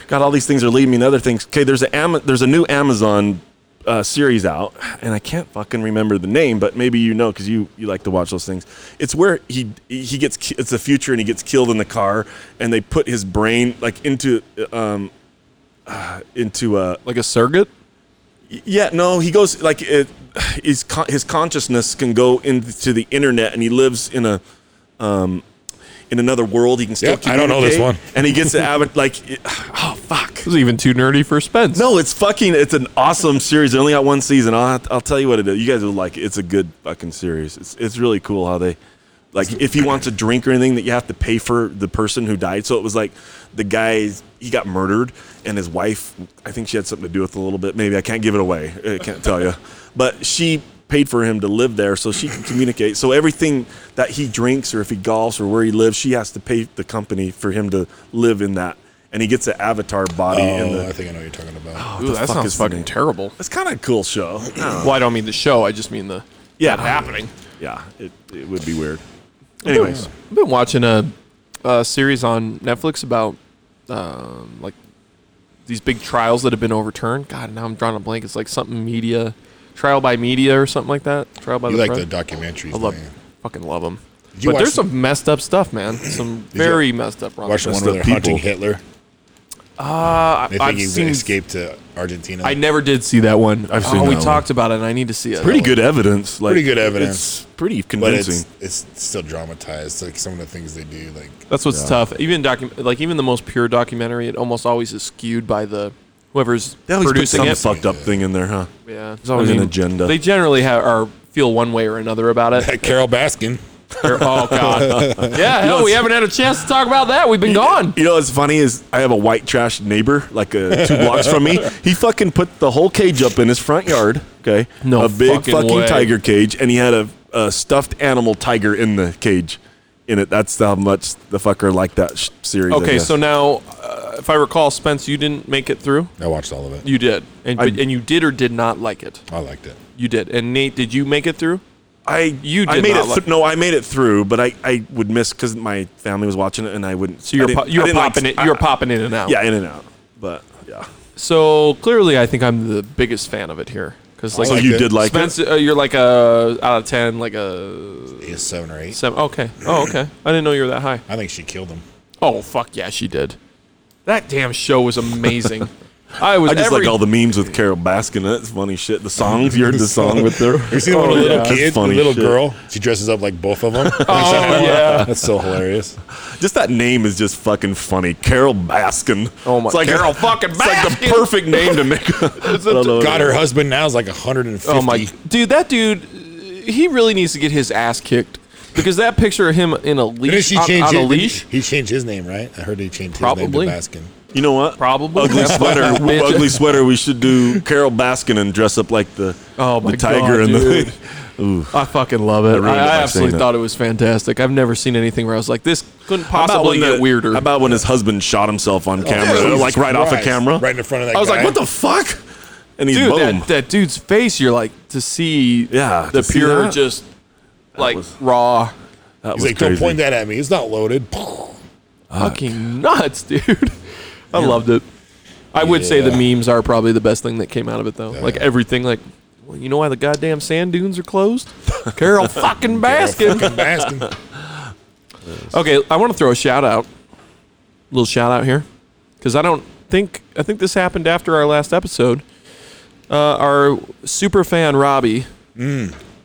*laughs* God, all these things are leading me to other things. Okay, there's a Ama- there's a new Amazon uh, series out, and I can't fucking remember the name, but maybe you know because you you like to watch those things. It's where he he gets ki- it's the future, and he gets killed in the car, and they put his brain like into um uh, into a Like a surrogate? yeah, no, he goes like it, his con- his consciousness can go into the internet, and he lives in a um, in another world. He can still. Yep, I don't know this communicate, one. And he gets to have like, it- oh fuck. This is even too nerdy for Spence. No, it's fucking. It's an awesome series. They only got one season. I'll, I'll tell you what it is. You guys will like it. It's a good fucking series. It's it's really cool how they, like, if you want to drink or anything, that you have to pay for the person who died. So it was like the guy he got murdered, and his wife. I think she had something to do with it a little bit. Maybe I can't give it away. I can't tell you, but she paid for him to live there so she can communicate so everything that he drinks or if he golfs or where he lives she has to pay the company for him to live in that and he gets an avatar body in Oh, the I think I know what you're talking about. Ooh, the that fuck sounds is the fucking name? terrible. It's kind of a cool show. *clears throat* Well, I don't mean the show. I just mean the Yeah. that happening. yeah, it, it would be weird. Anyways, I've been watching a, a series on Netflix about um, like these big trials that have been overturned. God, now I'm drawing a blank. It's like something media, trial by media or something like that. Trial by You the. like press. the documentaries. Oh, I love, don't you? fucking love them. you But watch there's the- some messed up stuff, man. Some very messed up. wrong Watch the stuff. one the where they're hunting people. Hitler. Uh, They think I've he seen. escaped to Argentina. I never did see that one. I've seen Oh, we that one. talked about it. and I need to see it. pretty good evidence. Like, Pretty good evidence. It's pretty but convincing. it's, it's still dramatized. Like some of the things they do, like That's what's tough. Even docu- like even the most pure documentary, it almost always is skewed by the whoever's They always put producing some it. fucked up thing in there, huh? Yeah, there's always an agenda. They generally have, are feel one way or another about it. Carol Baskin. Or- oh *laughs* God. Yeah, hell, we haven't had a chance to talk about that. We've been gone. You know what's funny is I have a white trash neighbor, like *laughs* uh, two blocks from me. He fucking put the whole cage up in his front yard. Okay, No a big fucking fucking, way. tiger cage, and he had a, a stuffed animal tiger in the cage. In it, that's how much the fucker liked that sh- series. I Okay, guess. so now, uh, if I recall, Spence, you didn't make it through. I watched all of it. You did, and I- but- and you did or did not like it. I liked it. You did, and Nate, did you make it through? I You I did made not it like- thr- no, I made it through, but I, I would miss because my family was watching it, and I wouldn't. So you're I po- didn't- I you're didn't like- popping it. I- You're popping in and out. yeah, in and out. But yeah, So clearly, I think I'm the biggest fan of it here because Oh, like so liked you it. did like Spence, uh, you're like a out of ten, like a It's seven or eight. seven. Okay. Oh, okay. I didn't know you were that high. I think she killed him. Oh fuck yeah, she did. That damn show was amazing. *laughs* I was it. I just every- like all the memes with Carol Baskin. That's funny shit. The *laughs* songs you heard the song with her. You see the one with the yeah. little Oh, That's kid, the funny little shit. girl? She dresses up like both *laughs* of them. Oh yeah. That's so hilarious. Just that name is just fucking funny. Carol Baskin. Oh my- It's like Carol fucking It's like the Baskin. perfect name to *laughs* make. Oh, God, her husband now is like 150. Oh my dude, that dude, uh, he really needs to get his ass kicked because that picture of him in a Didn't leash she on, change on a it? leash. He changed his name, right? I heard he changed his Probably. name to Baskin. You know what? Probably. Ugly That's sweater. fucking bitch. ugly sweater. We should do Carol Baskin and dress up like the Oh my the tiger God, and dude. the. Ooh. I fucking love it. ruined I, it by I saying absolutely that. thought it was fantastic. I've never seen anything where I was like, this couldn't How about possibly when get the- weirder. how about when his husband shot himself on camera, Jesus like right off of Oh, Christ. camera? Right in front of that I was like, guy. what the fuck? And he's dude, boom. that, that dude's face, you're like, to see Yeah, to the see pure, that. just like was- raw. That He's like, don't point that at me. It's not loaded. *laughs* Fucking nuts, dude. *laughs* I loved it. I would say the Yeah. memes are probably the best thing that came out of it, though. Like yeah. everything, like, well, you know why the goddamn sand dunes are closed? *laughs* Carol fucking Baskin. Fucking Baskin. Okay, I want to throw a shout out. Little shout out here. Because I don't think, I think this happened after our last episode. Uh, our super fan, Robbie,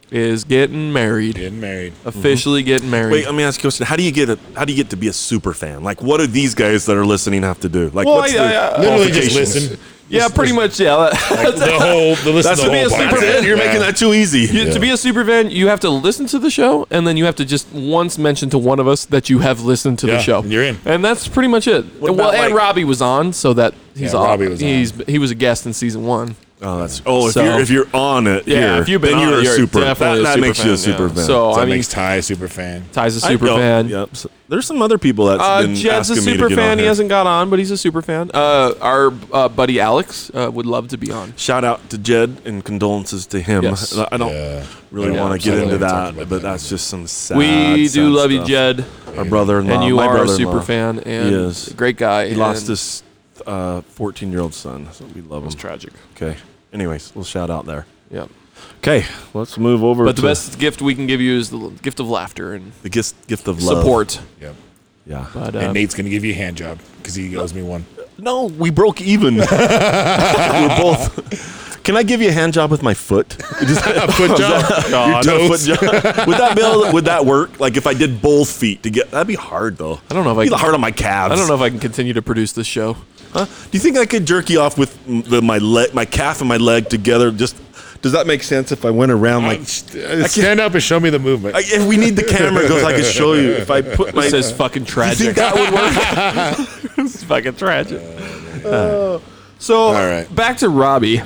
is getting married. Getting married. Officially getting married. Wait, um, let me ask you a question. How do you get a, how do you get to be a super fan? Like, what do these guys that are listening have to do? Like, Well, what's I- their I- I- Literally just qualifications? listen. yeah, pretty much, yeah. Like, the whole, the listen That's to the me, whole it's podcast. super- That's it. You're making that too easy. You- To be a super fan, you have to listen to the show, and then you have to just once mention to one of us that you have listened to the Yeah, show. and you're in. and that's pretty much it. What well, about, and like- Robbie was on, so that he's Yeah, on. Robbie was on. he's, He was a guest in season one. oh, that's oh, if So- you're if you're on it, Yeah, here, if you've been then on you're it, a you're super. That, definitely a that super makes you fan, a super yeah. fan. So So I that mean, makes Ty a super fan. Ty's a I super don't- fan. Yep. So there's some other people that's Uh, been Jed's a asking me super to get on fan. He here. hasn't got on, but he's a super fan. Uh, our uh, buddy Alex uh, would love to be on. Shout out to Jed and condolences to him. Yes. *laughs* I don't Yeah. really Yeah, want to get absolutely. into We talked that, about that, but that's yeah. just some sad. we do sad love you, stuff. Jed, Our brother-in-law, and you my are a brother-in-law. super fan and is. a great guy. He lost and his uh, fourteen-year-old son, so we love him. tragic. Okay. Anyways, we'll shout out there. Yeah. Okay, let's move over. But the to best gift we can give you is the l- gift of laughter and the gift, gift of love. support. Yep. Yeah. But And um, Nate's gonna give you a hand job because he owes me one. *laughs* no, we broke even. *laughs* We're both. Can I give you a hand job with my foot? *laughs* Just a foot job. Your toe foot job. Would that be able- Would that work? Like if I did both feet to get that'd be hard though. I don't know if I It'd be can- hard on my calves. I don't know if I can continue to produce this show. Huh? Do you think I could jerk you off with m- the, my leg, my calf, and my leg together? Just does that make sense if I went around like? stand up and show me the movement. I, if we need the camera, goes I could show you. If I put *laughs* my This is fucking uh, you tragic. think that would work? *laughs* It's fucking tragic. Uh, so right. back to Robbie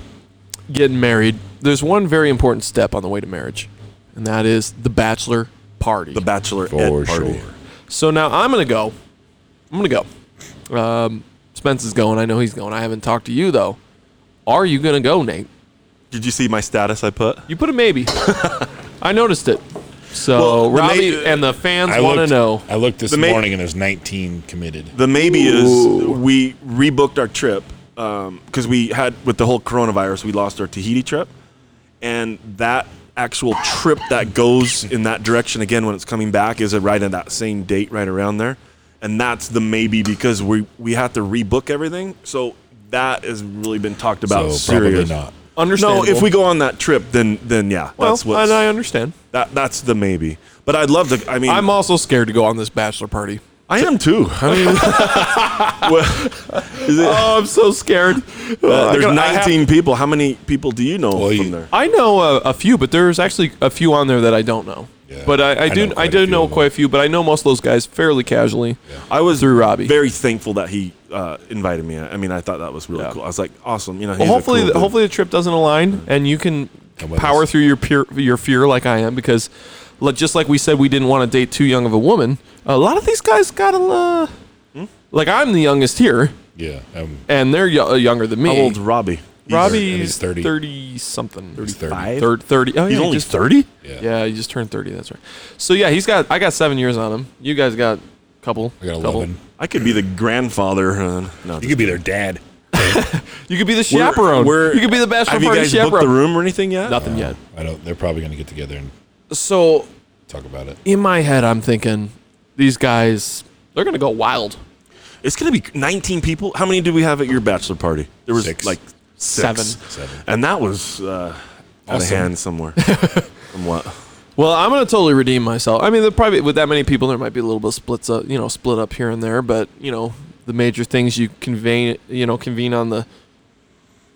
getting married. There's one very important step on the way to marriage, and that is the bachelor party. the bachelor For Ed party. sure. so now I'm gonna go. I'm gonna go. Um, Spence is going. I know he's going. I haven't talked to you though. Are you gonna go, Nate? Did you see my status I put? You put *laughs* a maybe. I noticed it. So Well, the Robbie ma- and the fans I want to looked, know. I looked this The ma- morning and there's 19 committed. The maybe is we rebooked our trip because we had with the whole coronavirus we lost our Tahiti trip, and that actual trip that goes in that direction again when it's coming back is right at that same date right around there, and that's the maybe because we we have to rebook everything. So that has really been talked about. so probably serious. not. Understandable. No, if we go on that trip, then then yeah, well, that's what and I understand. that that's the maybe. But I'd love to. I mean, I'm also scared to go on this bachelor party. I am too. I mean, *laughs* well, is it- Oh, I'm so scared. Uh, there's I gotta- I have- 19 people. How many people do you know Well, from you- there? I know a, a few, but there's actually a few on there that I don't know. Yeah. But I, I do I, know quite a do few know of them. quite a few, but I know most of those guys fairly casually. I was Through Robbie. Very thankful that he uh, invited me. I mean, I thought that was really Yeah. cool. I was like, awesome. You know, Well, he's a hopefully, cool the, dude. hopefully the trip doesn't align, and you can with power us. through your peer, your fear like I am, because like, just like we said, we didn't want to date too young of a woman. A lot of these guys got a uh, like I'm the youngest here, Yeah. Um, and they're yo- younger than me. How old's Robbie? He's- Robbie's he's 30. 30 something. 30. Five? Thir- 30. Oh, He's yeah, only just- 30? Yeah. Yeah. he just turned 30. That's right. So yeah, he's got I got 7 years on him. You guys got a couple. I got couple. 11. I could be the grandfather. Uh, no, You could be their dad. You could be the chaperone. we're- you could be the bachelor have you party guys booked chaperone. the room or anything yet? Nothing yet. I don't. They're probably going to get together and So talk about it. in my head, I'm thinking these guys they're gonna go wild. It's gonna be 19 people. How many did we have at your bachelor party? There was Six. like Seven. six. Seven. and that was uh, out of Awesome. hand *laughs* somewhere. From what? Well, I'm gonna totally redeem myself. I mean, the probably with that many people, there might be a little bit of splits up, you know, split up here and there. But you know, the major things you convene, you know, convene on the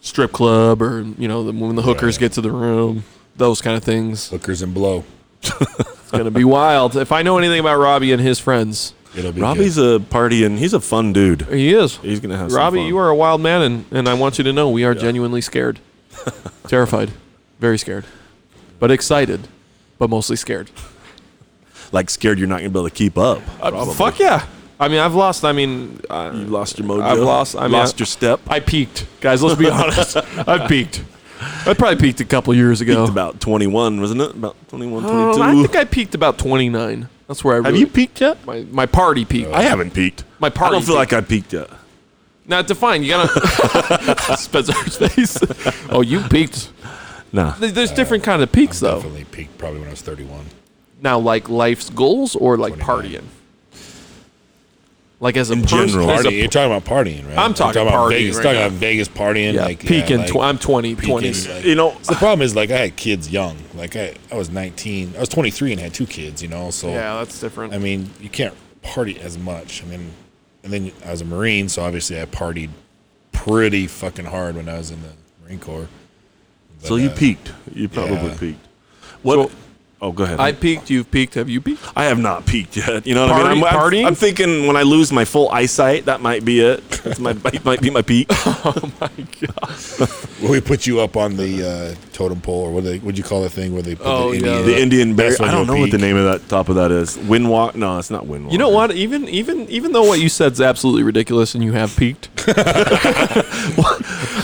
strip club, or you know, the, when the hookers Right. get to the room, those kind of things. Hookers and blow. It's *laughs* gonna be wild. If I know anything about Robbie and his friends, It'll be Robbie's a party and he's a fun dude. he is. He's gonna have some Robbie, fun. you are a wild man, and, and I want you to know we are genuinely *laughs* scared, terrified, very scared, but excited, but mostly scared. like scared you're not gonna be able to keep up. Uh, fuck yeah! I mean, I've lost. I mean, I, You lost your mojo. I've lost- I mean, lost I- your step. I peaked, guys. Let's be honest. I peaked. I probably peaked a couple years peaked ago. about 21, wasn't it? About 21, 22. Um, I think I peaked about 29. That's where I. Have really- you Oh. peaked yet? My, my party peaked. I haven't peaked. My I party don't feel peaked. like I peaked yet. now define. You gotta *laughs* Spencer's face. oh, you peaked. Nah. There- There's different kind of peaks good. though. Definitely peaked probably when I was 31. Now, like life's goals or like 29. partying. Like as a person, general. as a- Party, you're talking about partying, right? I'm talking about partying Vegas. right talking now. about Vegas partying. yeah, like, peaking. yeah, tw- I'm 20, 20s. like- You know- So the problem is like I had kids young. Like I, I was 19. I was 23 and had two kids. You know, so Yeah, that's different. I mean, you can't party as much. I mean, and then I was a Marine, so obviously I partied pretty fucking hard when I was in the Marine Corps. so you uh, peaked. You probably yeah. peaked. What? oh, go ahead. I peaked. You've peaked. Have you peaked? I have not peaked yet. You know what I Party- mean? I'm, partying? I'm, I'm thinking when I lose my full eyesight, that might be it. It's my, it might be my *laughs* peak. Well, we put you up on the uh, totem pole, or what do they, what'd you call the thing where they put Oh, the yeah. Indian? The Indian bear. That's when I don't know you'll what the peak. name of that top of that is. Windwalk? No, it's not windwalk. You know what? Even even even though what you said's absolutely ridiculous and you have peaked, *laughs*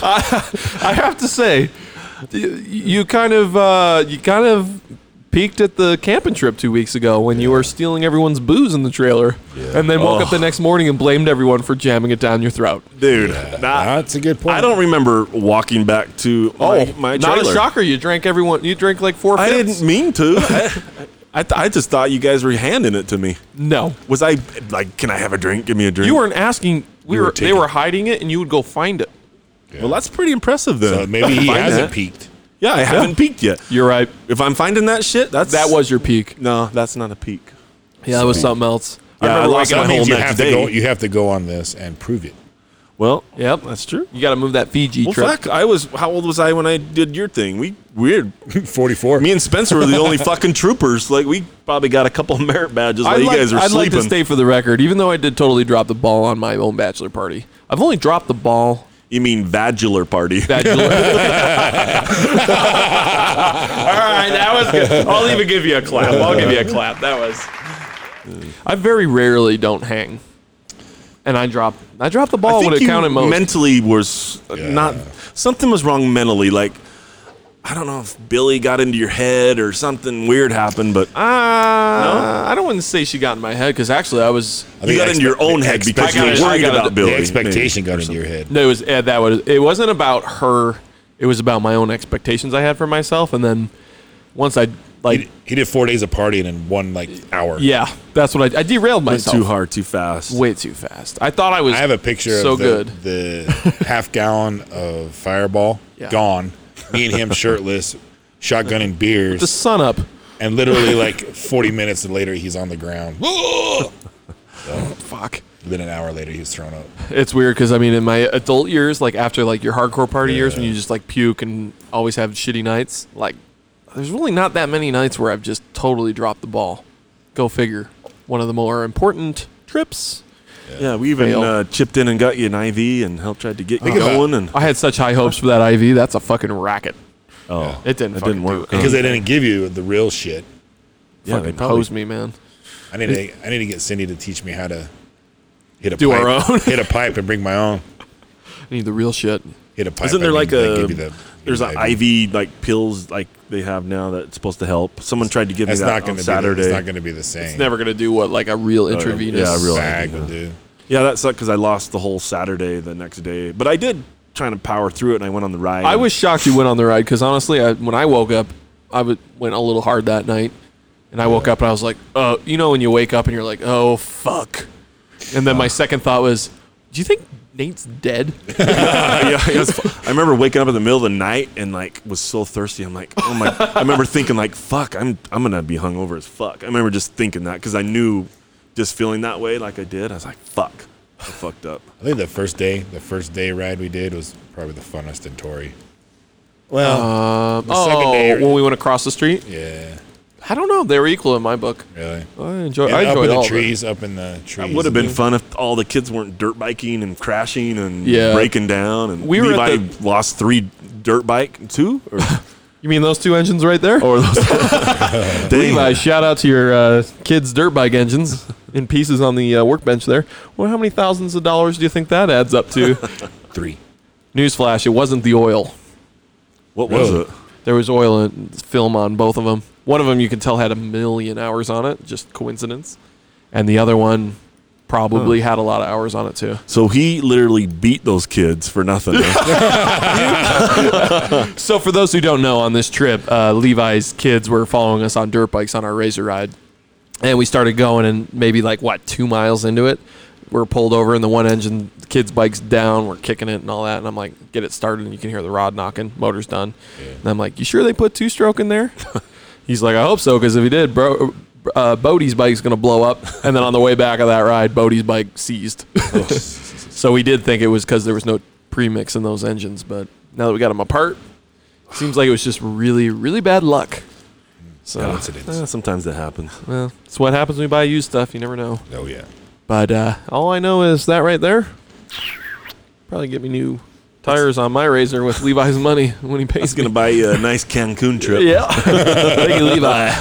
I, I have to say, you, you kind of uh, you kind of peaked at the camping trip two weeks ago when you were stealing everyone's booze in the trailer, and then woke up the next morning and blamed everyone for jamming it down your throat. dude? that- That's a good point. I don't remember walking back to oh my, my not trailer. a shocker! You drank everyone. You drank like four. I fifths. didn't mean to. *laughs* I, I, th- I just thought you guys were handing it to me. No, Was I like, can I have a drink? Give me a drink. you weren't asking. We You were were they taking- were hiding it, and you would go find it. Well, that's pretty impressive then. So maybe *laughs* he Find hasn't that. peaked. Yeah, I haven't peaked yet. You're right. If I'm finding that shit, that's That was your peak. no, that's not a peak. Yeah, that was something else. Yeah, I remember lost waking my up- That means whole you next have day. to go. You have to go on this and prove it. *laughs* Well, Yep, that's true. You got to move that Fiji Well, trip. fuck. I was. How old was I when I did your thing? We weird. Forty-four. Me and Spencer were the only *laughs* fucking troopers. Like we probably got a couple merit badges while I'd, you like, guys were I'd like sleeping. to state for the record, even though I did totally drop the ball on my own bachelor party, I've only dropped the ball. you mean vagular party? *laughs* Bachelor. *laughs* All right, that was good. I'll even give you a clap. I'll give you a clap. That was. I very rarely don't hang, and I drop. I drop the ball when it you counted most. mentally was uh, not something was wrong mentally. Like I don't know if Billy got into your head or something weird happened, but uh, I don't want to say she got in my head because actually I was. I you think got the into your expe- own the head because you I were got expectation- it. I worried got it. about Billy. The expectation maybe, or got into your something. head. No, it was eh, that was it wasn't about her. It was about my own expectations I had for myself, and then once I like, He, he did four days of partying in one like hour. yeah, that's what I, I derailed Went myself too hard, too fast. way too fast. I thought I was. I have a picture so of the, *laughs* good. the half gallon of Fireball Yeah. gone. Me and *laughs* him shirtless, shotgun and beers, The sun up. and literally like 40 minutes later he's on the ground. Fuck. then an hour later he's thrown up. It's weird because I mean, in my adult years, like after like your hardcore party years, when you just like puke and always have shitty nights, like there's really not that many nights where I've just totally dropped the ball. Go figure. One of the more important trips. Yeah, we even Fail. uh, chipped in and got you an IV and helped tried to get you Think about- going. And I had such high hopes for that IV. That's a fucking racket. oh, It didn't. It fucking didn't do work. it. because they didn't give you the real shit. yeah, they fucking probably- hosed me, man. I need to I need to get Cindy to teach me how to hit a Do pipe, our own. hit a pipe and bring my own. I need the real shit. Hit a pipe. Isn't I there mean, like they a give you the- there's the an IV like pills like they have now that's supposed to help? Someone tried to give me That's that not on going to be. The, Saturday. it's not going to be the same. It's never gonna do what like a real intravenous. Oh, yeah, real. bag would do. yeah, that sucked because I lost the whole Saturday the next day. But I did trying to power through it, and I went on the ride. I and- was shocked you went on the ride because honestly, I, when I woke up, I would, went a little hard that night, and I woke up and I was like, "Oh, you know when you wake up and you're like, oh fuck," and Uh. then my second thought was, "Do you think Nate's *laughs* dead?" *laughs* yeah, it was, I remember waking up in the middle of the night and like was so thirsty. I'm like, oh my! I remember thinking like, fuck, I'm I'm gonna be hungover as fuck. I remember just thinking that because I knew, just feeling that way like I did. I was like, fuck, I fucked up. I think the first day, the first day ride we did was probably the funnest in Tori. Uh, Um, oh, second day- when we went across the street, Yeah, I don't know. They were equal in my book. really. I enjoy. And I up enjoyed in all the of it. trees, up in the trees. It would have been fun if all the kids weren't dirt biking and crashing and Yeah. breaking down. And We we were at Levi the- lost three dirt bike two *laughs* or, You mean those two engines right there? or *laughs* those. Dang. Levi, shout out to your uh, kids' dirt bike engines in pieces on the uh, workbench there. Well, how many thousands of dollars do you think that adds up *laughs* to? three. Newsflash: It wasn't the oil. What was Really? it? There was oil and film on both of them. One of them you could tell had a million hours on it, just coincidence, and the other one probably had a lot of hours on it too. So he literally beat those kids for nothing. huh? So, for those who don't know, on this trip, uh, Levi's kids were following us on dirt bikes on our razor ride, and we started going, and maybe like what two miles into it, we're pulled over, and the one engine the kid's bike's down, we're kicking it and all that, and I'm like, get it started, and you can hear the rod knocking, motor's done, and I'm like, you sure they put two stroke in there? *laughs* He's like, I hope so, because if he did, bro. Uh, Bodie's bike's gonna blow up, *laughs* and then on the way back of that ride, Bodie's bike seized. *laughs* so we did think it was because there was no premix in those engines, but now that we got them apart, Seems like it was just really, really bad luck. So Eh, sometimes that happens. well, it's what happens when you buy used stuff. You never know. Oh yeah. But uh, all I know is that right there probably get me new tires on my razor with Levi's money *laughs* when he pays He's gonna me. buy you a nice Cancun trip. Yeah, *laughs* thank you, Levi.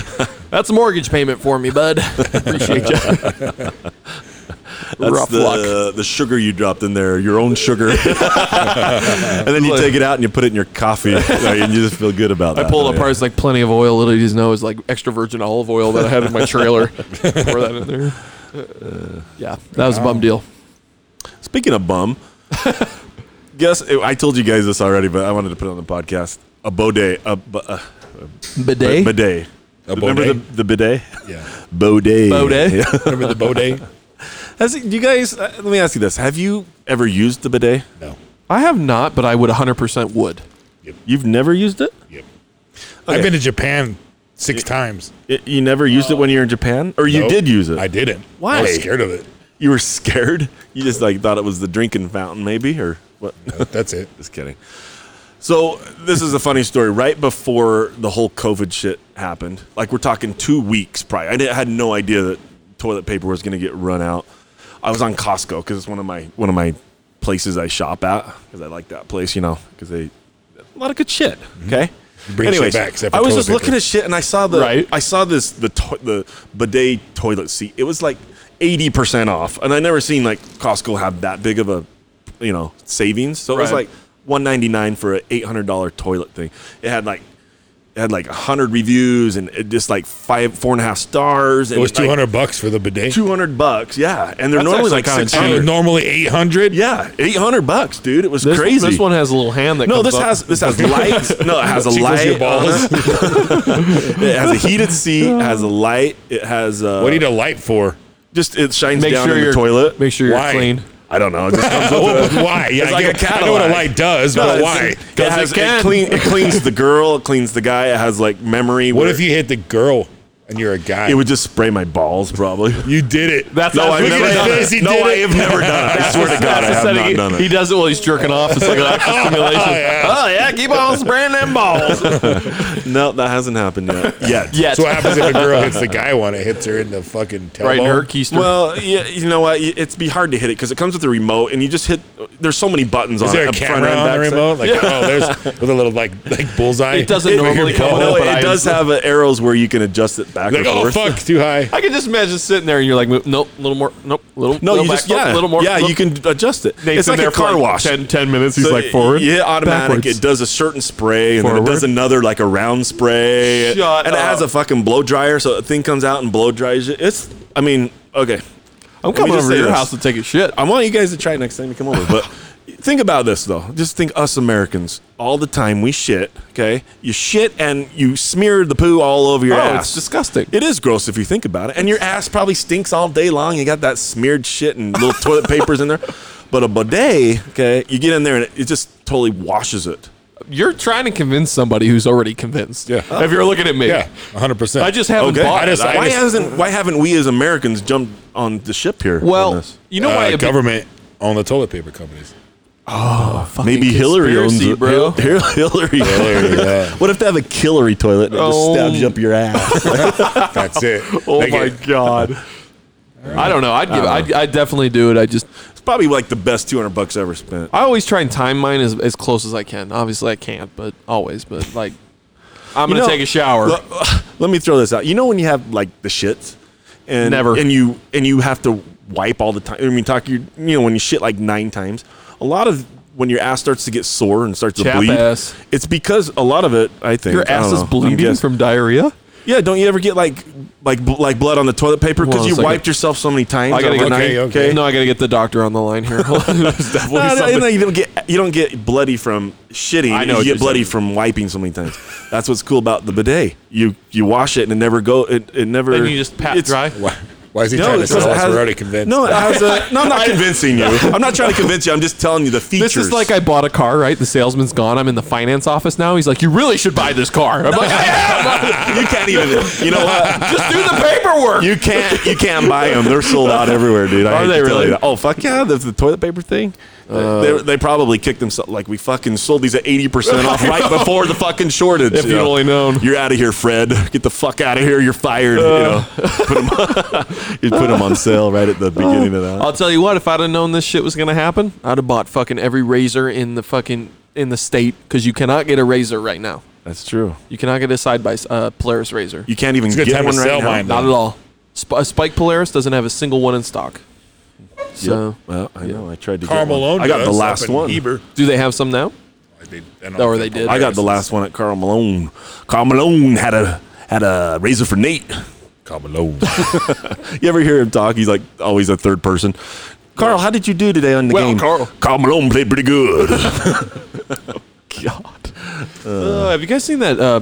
That's a mortgage payment for me, bud. *laughs* Appreciate you. *laughs* That's Rough the luck. the sugar you dropped in there, your own sugar, and then you take it out and you put it in your coffee, and you just feel good about that. I pulled up Oh, Yeah. parts like plenty of oil. Little did you know is like extra virgin olive oil that I had in *laughs* my trailer. Pour that in there. Uh, yeah, that was a bum deal. Speaking of bum, guess eh, I told you guys this already, but I wanted to put it on the podcast. A bidet, a, bu- a Bidet. bidet. A Remember the, bidet? the bidet? Yeah. Bidet. Bidet? Yeah. Remember the bow day? *laughs* Has it- you guys, uh, let me ask you this: Have you ever used the bidet? No. I have not, but I would 100% would. You've never used it. Yep. Okay. I've been to Japan six times. It- You never used it when you were in Japan, or you Nope. did use it? I didn't. Why? I was scared of it. You were scared. You just like thought it was the drinking fountain, maybe, or what? That's it. just kidding. So this is a funny story. Right before the whole COVID shit happened, like we're talking two weeks prior, I didn't- had no idea that toilet paper was going to get run out. I was on Costco because it's one of my one of my places I shop at because I like that place, you know, because they a lot of good shit. Okay. Mm-hmm. Bring shit back except for I was toilet just looking paper. at shit and I saw the Right. I saw this the to- the bidet toilet seat. It was like eighty percent off, and I never seen like Costco have that big of a you know savings. So it was Right. like one ninety nine for an eight hundred dollar toilet thing. It had like it had like hundred reviews and it just like five four and a half stars. And It was like, two hundred bucks for the bidet. Two hundred bucks, yeah, and they're That's normally actually like kinda six And hundred. normally eight hundred. Yeah, eight hundred bucks, dude. It was This, crazy. This one has a little hand that No, comes this up. has this *laughs* has lights. No, it has a light. uh-huh. your balls. on *laughs* it. it has a heated seat. It has a light. It has uh, What do you need a light *laughs* for? just it shines make down sure in you're the toilet. Make sure you're Why? clean. I don't know. It just *laughs* comes with Well, Oh, but why? Yeah, It's I, like get- a I know what a Cadillac. light does, No, but it's- why? It, has, it it, can. clean, it cleans the girl. It cleans the guy. It has like memory. What where- if you hit the girl and you're a guy? It would just spray my balls, *laughs* probably. you did it. That's no, how I've look never at his done face, it. he No, did I it. have *laughs* never done it. I swear to *laughs* God, I have not done He it. Oh, does it *laughs* while he's jerking off. It's like an extra simulation. yeah. Oh yeah, keep on spraying them balls. *laughs* No, that hasn't happened *laughs* yet. yet. Yet. So what happens if a *laughs* girl hits the guy one? It hits her in the fucking tailbone. right in her keister. Well, yeah, you know what? y- It's be hard to hit it because it comes with a remote, and you just hit. There's so many buttons Is on it. there a up front camera and on the back side. remote? Like, oh, there's with a little like like bullseye. It doesn't normally come with with No, Oh, it but I- does have uh, arrows where you can adjust it back Like, or oh forth. fuck, too high. I can just imagine sitting there and you're like, "Mo- nope, a little more, nope, little, No, little you back, just nope, yeah, a little more. yeah. nope." You can adjust it. Nate's it's in like there a for car like wash. 10, 10 minutes. He's So like forward. Yeah, automatic. backwards. It does a certain spray, and then Forward. it does another like a round spray, Shut and it has up. a fucking blow dryer. So a thing comes out and blow dries it. It's. I mean, okay. Let I'm me just coming over to say Oh, your this. house to take a shit. I want you guys to try it next time you come over. *laughs* But think about this though. Just think us Americans all the time we shit. Okay, you shit and you smear the poo all over your Oh, ass. it's disgusting. It is gross if you think about it. And your ass probably stinks all day long. You got that smeared shit and *laughs* little toilet papers in there. But a bidet, okay, you get in there and it, it just totally washes it. You're trying to convince somebody who's already convinced. Yeah. If you're looking at me, yeah, 100. percent I just haven't Okay. bought I just- it. I why just- hasn't why haven't we as Americans jumped on the ship here? on well, this? you know why? it'd be- Uh, government own the toilet paper companies. fucking maybe Hillary owns conspiracy, it, bro. Hil- Hillary. *laughs* yeah, What if they have a killery toilet that Oh. just stabs you up your ass? that's it. *laughs* Oh They my get- god. I don't know. I'd give. I'd, I'd definitely do it. I just. It's probably like the best 200 bucks I ever spent. I always try and time mine as, as close as I can. Obviously, I can't, but always. But like, I'm gonna know, take a shower. Let, *sighs* let me throw this out. You know when you have like the shits, and Never. and you and you have to wipe all the time. I mean, talk you you know when you shit like nine times. A lot of when your ass starts to get sore and starts Chap to bleed, ass. it's because a lot of it. I think Your I don't ass is know. I'm bleeding guessing. from diarrhea. Yeah, don't you ever get like like bl- like blood on the toilet paper because Well, you it's like wiped a- yourself so many times I gotta get- overnight? Okay, okay. *laughs* No, I gotta get the doctor on the line here. There's *laughs* definitely No, no, something- no, you don't get you don't get bloody from shitting. I know what you you're get bloody saying. from wiping so many times. That's what's cool about the bidet. You you wash it and it never go. It, it never. And you just pat it's- dry. Why, why is he No, trying to it tell doesn't us? have- We're already convinced. No, it has a. No, I'm not convincing you. *laughs* I'm not trying to convince you. I'm just telling you the features. This is like I bought a car, right? The salesman's gone. I'm in the finance office now. He's like, "You really should buy this car." I'm like, "I am. *laughs* you can't even. You know what? *laughs* Just do the paperwork." You can't. You can't buy them. They're sold out everywhere, dude. I Are hate they to tell really? you that. Oh fuck yeah! The, the toilet paper thing. they, they probably kicked themselves like we fucking sold these at eighty percent *laughs* off right before the fucking shortage. If you you'd know? only known. you're out of here, Fred. Get the fuck out of here. You're fired. you know, put 'em *laughs* on, you Uh. put 'em on sale right at *laughs* the beginning of that. I'll tell you what. If I'd have known this shit was gonna happen, I'd have bought fucking every razor in the fucking in the state because you cannot get a razor right now. That's true. You cannot get a side by uh, Polaris razor. You can't even a good get time to one right sell now. mine. Not at all. Sp- a Spike Polaris doesn't have a single one in stock. So, Yep. Well, I know. I tried to Carl get one. Malone. I got does the up last in one. Oh, Heber. do they have some now? They, I Or they did. I got the last one at Carl Malone. Carl Malone had a had a razor for Nate. Carl *laughs* Malone. You ever hear him talk? He's like always a third person. Carl, how did you do today on the Well, game? Carl- Carl Malone played pretty *laughs* good. God. Uh, have you guys seen that? Uh,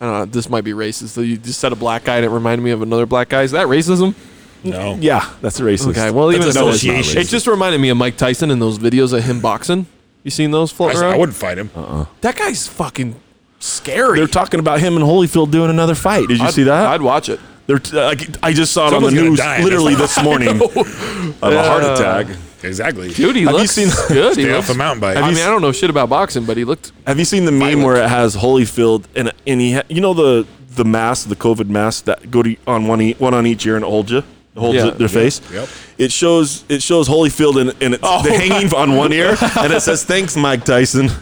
I don't know. This might be racist. So you just said a black guy, and it reminded me of another black guy. Is that racism? no. yeah, that's a racist. Okay. Well, even that's so, association. it just reminded me of Mike Tyson and those videos of him boxing. You seen those I, floating I around? wouldn't fight him. Uh-uh. that guy's fucking scary. They're talking about him and Holyfield doing another fight. Did you I'd- see that? I'd watch it. They're t- I, I just saw it on the Someone's gonna news die. literally this *laughs* morning of a heart Yeah. attack. *laughs* Exactly. Dude, he Have you looks *laughs* seen- good. He Stay looks, off a mountain bike. I you mean, s- I don't know shit about boxing, but he looked. Have you seen the meme where it has Holyfield and any you know the the mask, the COVID mask that go to on one e- one on each ear and hold you, holds Yeah. it- their face. yep. It shows it shows Holyfield and, and it's the hanging on one ear and it says thanks Mike Tyson. get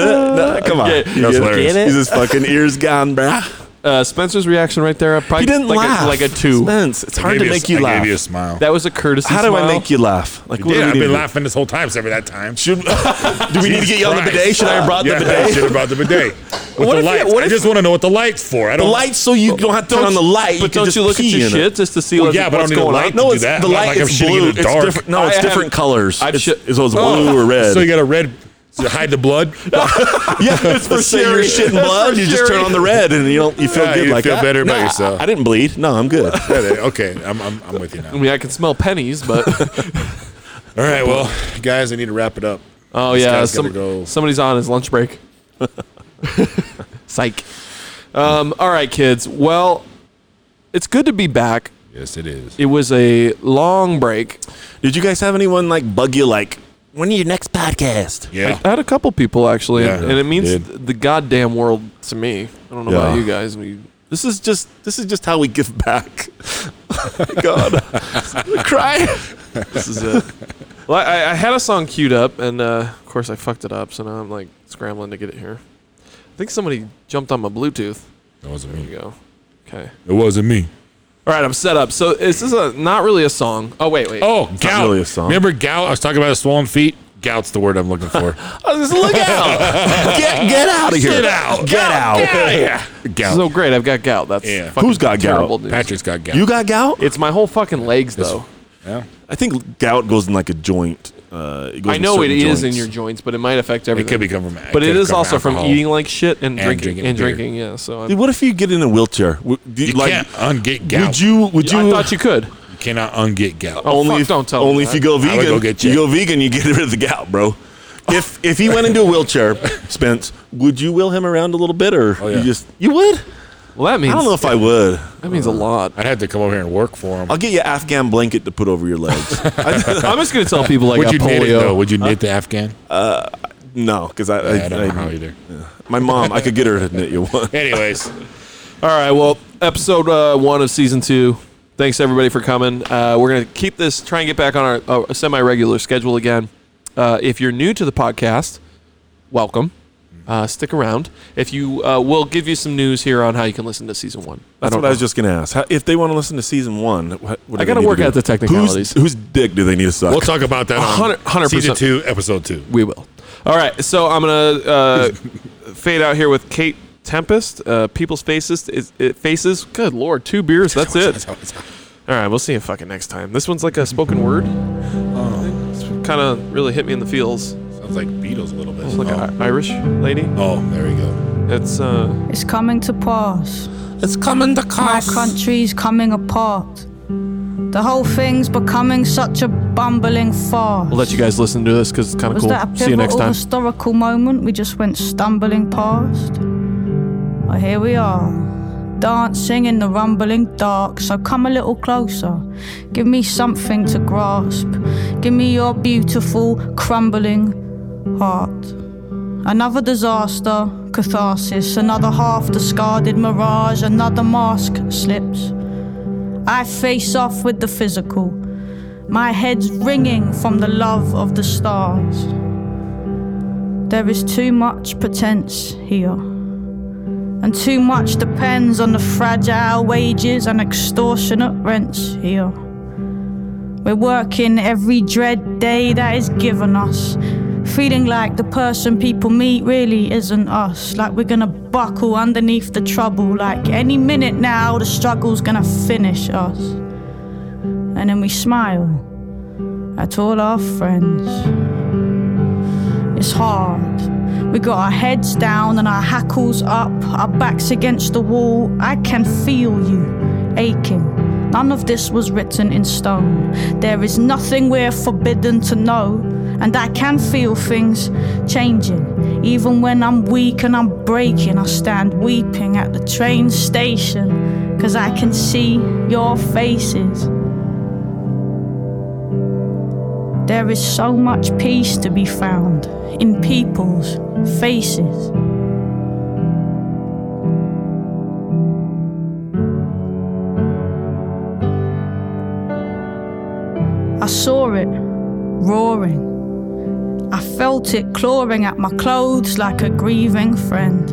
it? *laughs* No, come on, Yeah, You that's get hilarious. He's his fucking ears gone, bruh. Uh, Spencer's reaction right there. I probably He didn't like laugh A, like a two. Spence, it's hard Gave to a- make you I laugh. Gave you a smile. That was a courtesy. How do I smile. make you laugh? Like what do yeah, we I've need been to do? laughing this whole time, except for that time. Should, *laughs* do we need to get you on the Christ. bidet? Should I have brought yeah, the bidet? that shit about the *laughs* bidet. With What the if- lights. what I if- just want to know what the lights for. I The don't. light, so you don't have to turn on the light. But you can don't just you look at pee in your it. shit just to see Well, what's, yeah, but I what's don't need a going light on? to No, do it's that. the Not light like I'm is shitting in blue. the dark. It's different. No, I it's haven't- different colors. I've It's, shit- it's always blue or red. *laughs* *laughs* So you got a red to hide the blood. yeah, it's for so you're Sherry. shitting That's blood. for You just turn Sherry. on the red, and you don't. You feel Yeah, good you like feel that. better about Nah, yourself. I didn't bleed. No, I'm good. Yeah, they- okay, I'm, I'm, I'm with you now. I mean, I can smell pennies, but *laughs* *laughs* All right, well, guys, I need to wrap it up. oh This yeah, guy's gotta some- go. somebody's on his lunch *laughs* break. Psych. Um, all right, kids. Well, it's good to be back. Yes, it is. It was a long break. Did you guys have anyone like bug you like? When your next podcast? Yeah. I had a couple people actually, Yeah, and, and it means dude. th- the goddamn world to me. I don't know Yeah. about you guys. We, This is just this is just how we give back. God, cry. *laughs* this is it. well, I, I had a song queued up, and uh, of course I fucked it up, so now I'm like scrambling to get it here. I think somebody jumped on my Bluetooth. That wasn't There you me. go. Okay. It wasn't me. All right, I'm set up. So this is a not really a song. Oh wait, wait. Oh, not gout. really a song. Remember gout? I was talking about his swollen feet. Gout's the word I'm looking *laughs* for. just look out! Get get out of here. Get out. Get out. gout. so great, I've got gout. That's Yeah. fucking Who's got gout? terrible news. Patrick's got gout. You got gout? It's my whole fucking legs though. yeah. I think gout goes in like a joint. Uh, it goes I in know it certain is joints. in your joints, but it might affect everything. could be come from- it but could it is come also from alcohol. eating like shit and, drinking, drinking and beer. drinking. Yeah, so I'm, Dude, what if you get in a wheelchair? Would- do you- You like, can't unget gout. would you? Would you? I thought you could. You cannot unget gout. Oh, only fuck, if, don't tell only me if that. you go I vegan. would go get you checked. go vegan, you get *laughs* rid of the gout, bro. If if he went into a wheelchair, *laughs* Spence, would you wheel him around a little bit, or yeah. you just you would? Well, Oh, that means I don't know if I would. that means a lot. I'd have to come over here and work for him. I'll get you an Afghan blanket to put over your *laughs* legs. I, *laughs* I'm just gonna tell people I Would got you knit it though? polio. Would you knit the Afghan? no, because I, Yeah, I I, don't know how I either. my mom, I could get her to knit you *laughs* one. Anyways, All right, well, episode uh, one of season two. Thanks everybody for coming. Uh, we're gonna keep this, try and get back on our, our semi-regular schedule again. Uh, if you're new to the podcast, welcome. Uh, stick around. If you, uh, we'll give you some news here on how you can listen to season one. That's don't what I was know. just gonna ask. How, if they want to listen to season one, what, what do I they gotta need to work do? out the technicalities. Whose, whose dick do they need to suck? we'll talk about that on 100 100%. season two, episode two. We will. All right, so I'm gonna uh, *laughs* fade out here with Kate Tempest. Uh, People's faces. Is, it faces. Good lord, two beers. *laughs* *laughs* That's it. All right, we'll see you fucking next time. This one's like a spoken word. It's kind of really hit me in the feels. Sounds like Beatles a little bit. It's like oh. an I- Irish lady. oh, there we go. It's uh. It's coming to pass. It's coming to My cost. country's coming apart. The whole thing's becoming such a bumbling farce. We'll let you guys listen to this because it's kind of Was cool. that a pivotal See you next time. historical moment we just went stumbling past? Well, here we are, dancing in the rumbling dark. So come a little closer, give me something to grasp. Give me your beautiful, crumbling heart. Another disaster, catharsis, another half discarded mirage, another mask slips. I face off with the physical. My head's ringing from the love of the stars. There is too much pretense here, and too much depends on the fragile wages and extortionate rents here. We're working every dread day that is given us, feeling like the person people meet really isn't us, like we're gonna buckle underneath the trouble, like any minute now the struggle's gonna finish us. And then we smile at all our friends. It's hard. We got our heads down and our hackles up, our backs against the wall. I can feel you aching. None of this was written in stone. There is nothing we're forbidden to know, and I can feel things changing. Even when I'm weak and I'm breaking, I stand weeping at the train station, cause I can see your faces. There is so much peace to be found in people's faces. I saw it roaring. I felt it clawing at my clothes like a grieving friend.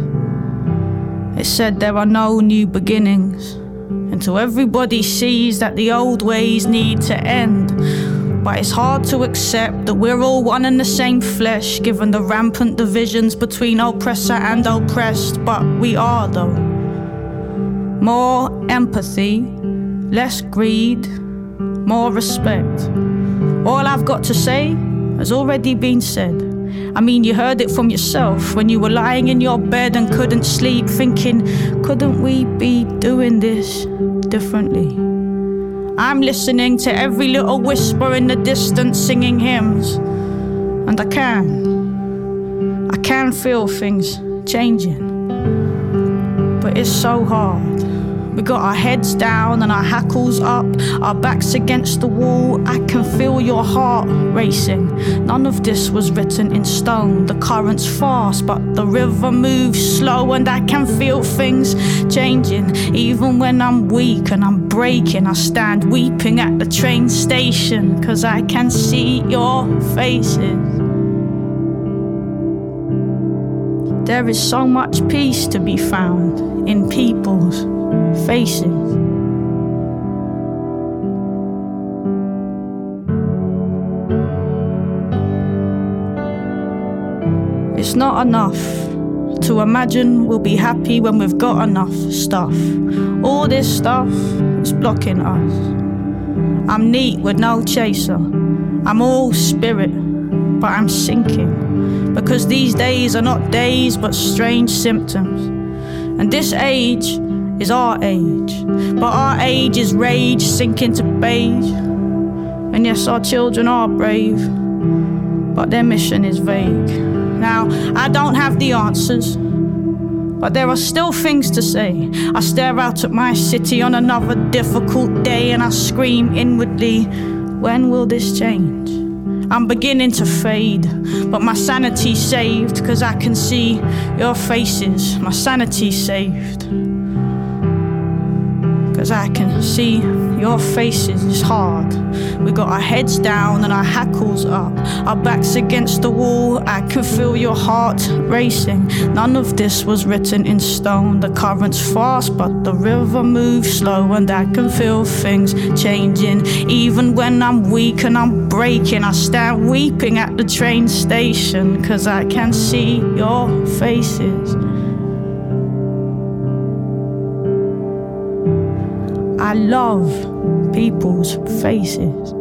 It said there are no new beginnings until everybody sees that the old ways need to end. But it's hard to accept that we're all one and the same flesh, given the rampant divisions between oppressor and oppressed. But we are, though. More empathy, less greed, more respect. All I've got to say has already been said. I mean, you heard it from yourself when you were lying in your bed and couldn't sleep, thinking, couldn't we be doing this differently? I'm listening to every little whisper in the distance singing hymns. And I can. I can feel things changing. But it's so hard. We got our heads down and our hackles up, our backs against the wall. I can feel your heart racing. None of this was written in stone. The current's fast, but the river moves slow, and I can feel things changing. Even when I'm weak and I'm breaking, I stand weeping at the train station, cause I can see your faces. There is so much peace to be found in people's faces. It's not enough to imagine we'll be happy when we've got enough stuff. All this stuff is blocking us. I'm neat with no chaser. I'm all spirit, but I'm sinking because these days are not days but strange symptoms. And this age is our age, but our age is rage sinking to beige. And yes, our children are brave, but their mission is vague. Now, I don't have the answers. But there are still things to say. I stare out at my city on another difficult day and I scream inwardly, when will this change? I'm beginning to fade, but my sanity's saved because I can see your faces. My sanity's saved because I can see your faces. It's hard. We got our heads down and our hackles up, our backs against the wall. I can feel your heart racing. None of this was written in stone. The current's fast, but the river moves slow, and I can feel things changing. Even when I'm weak and I'm breaking, I stand weeping at the train station, cause I can see your faces. I love people's faces.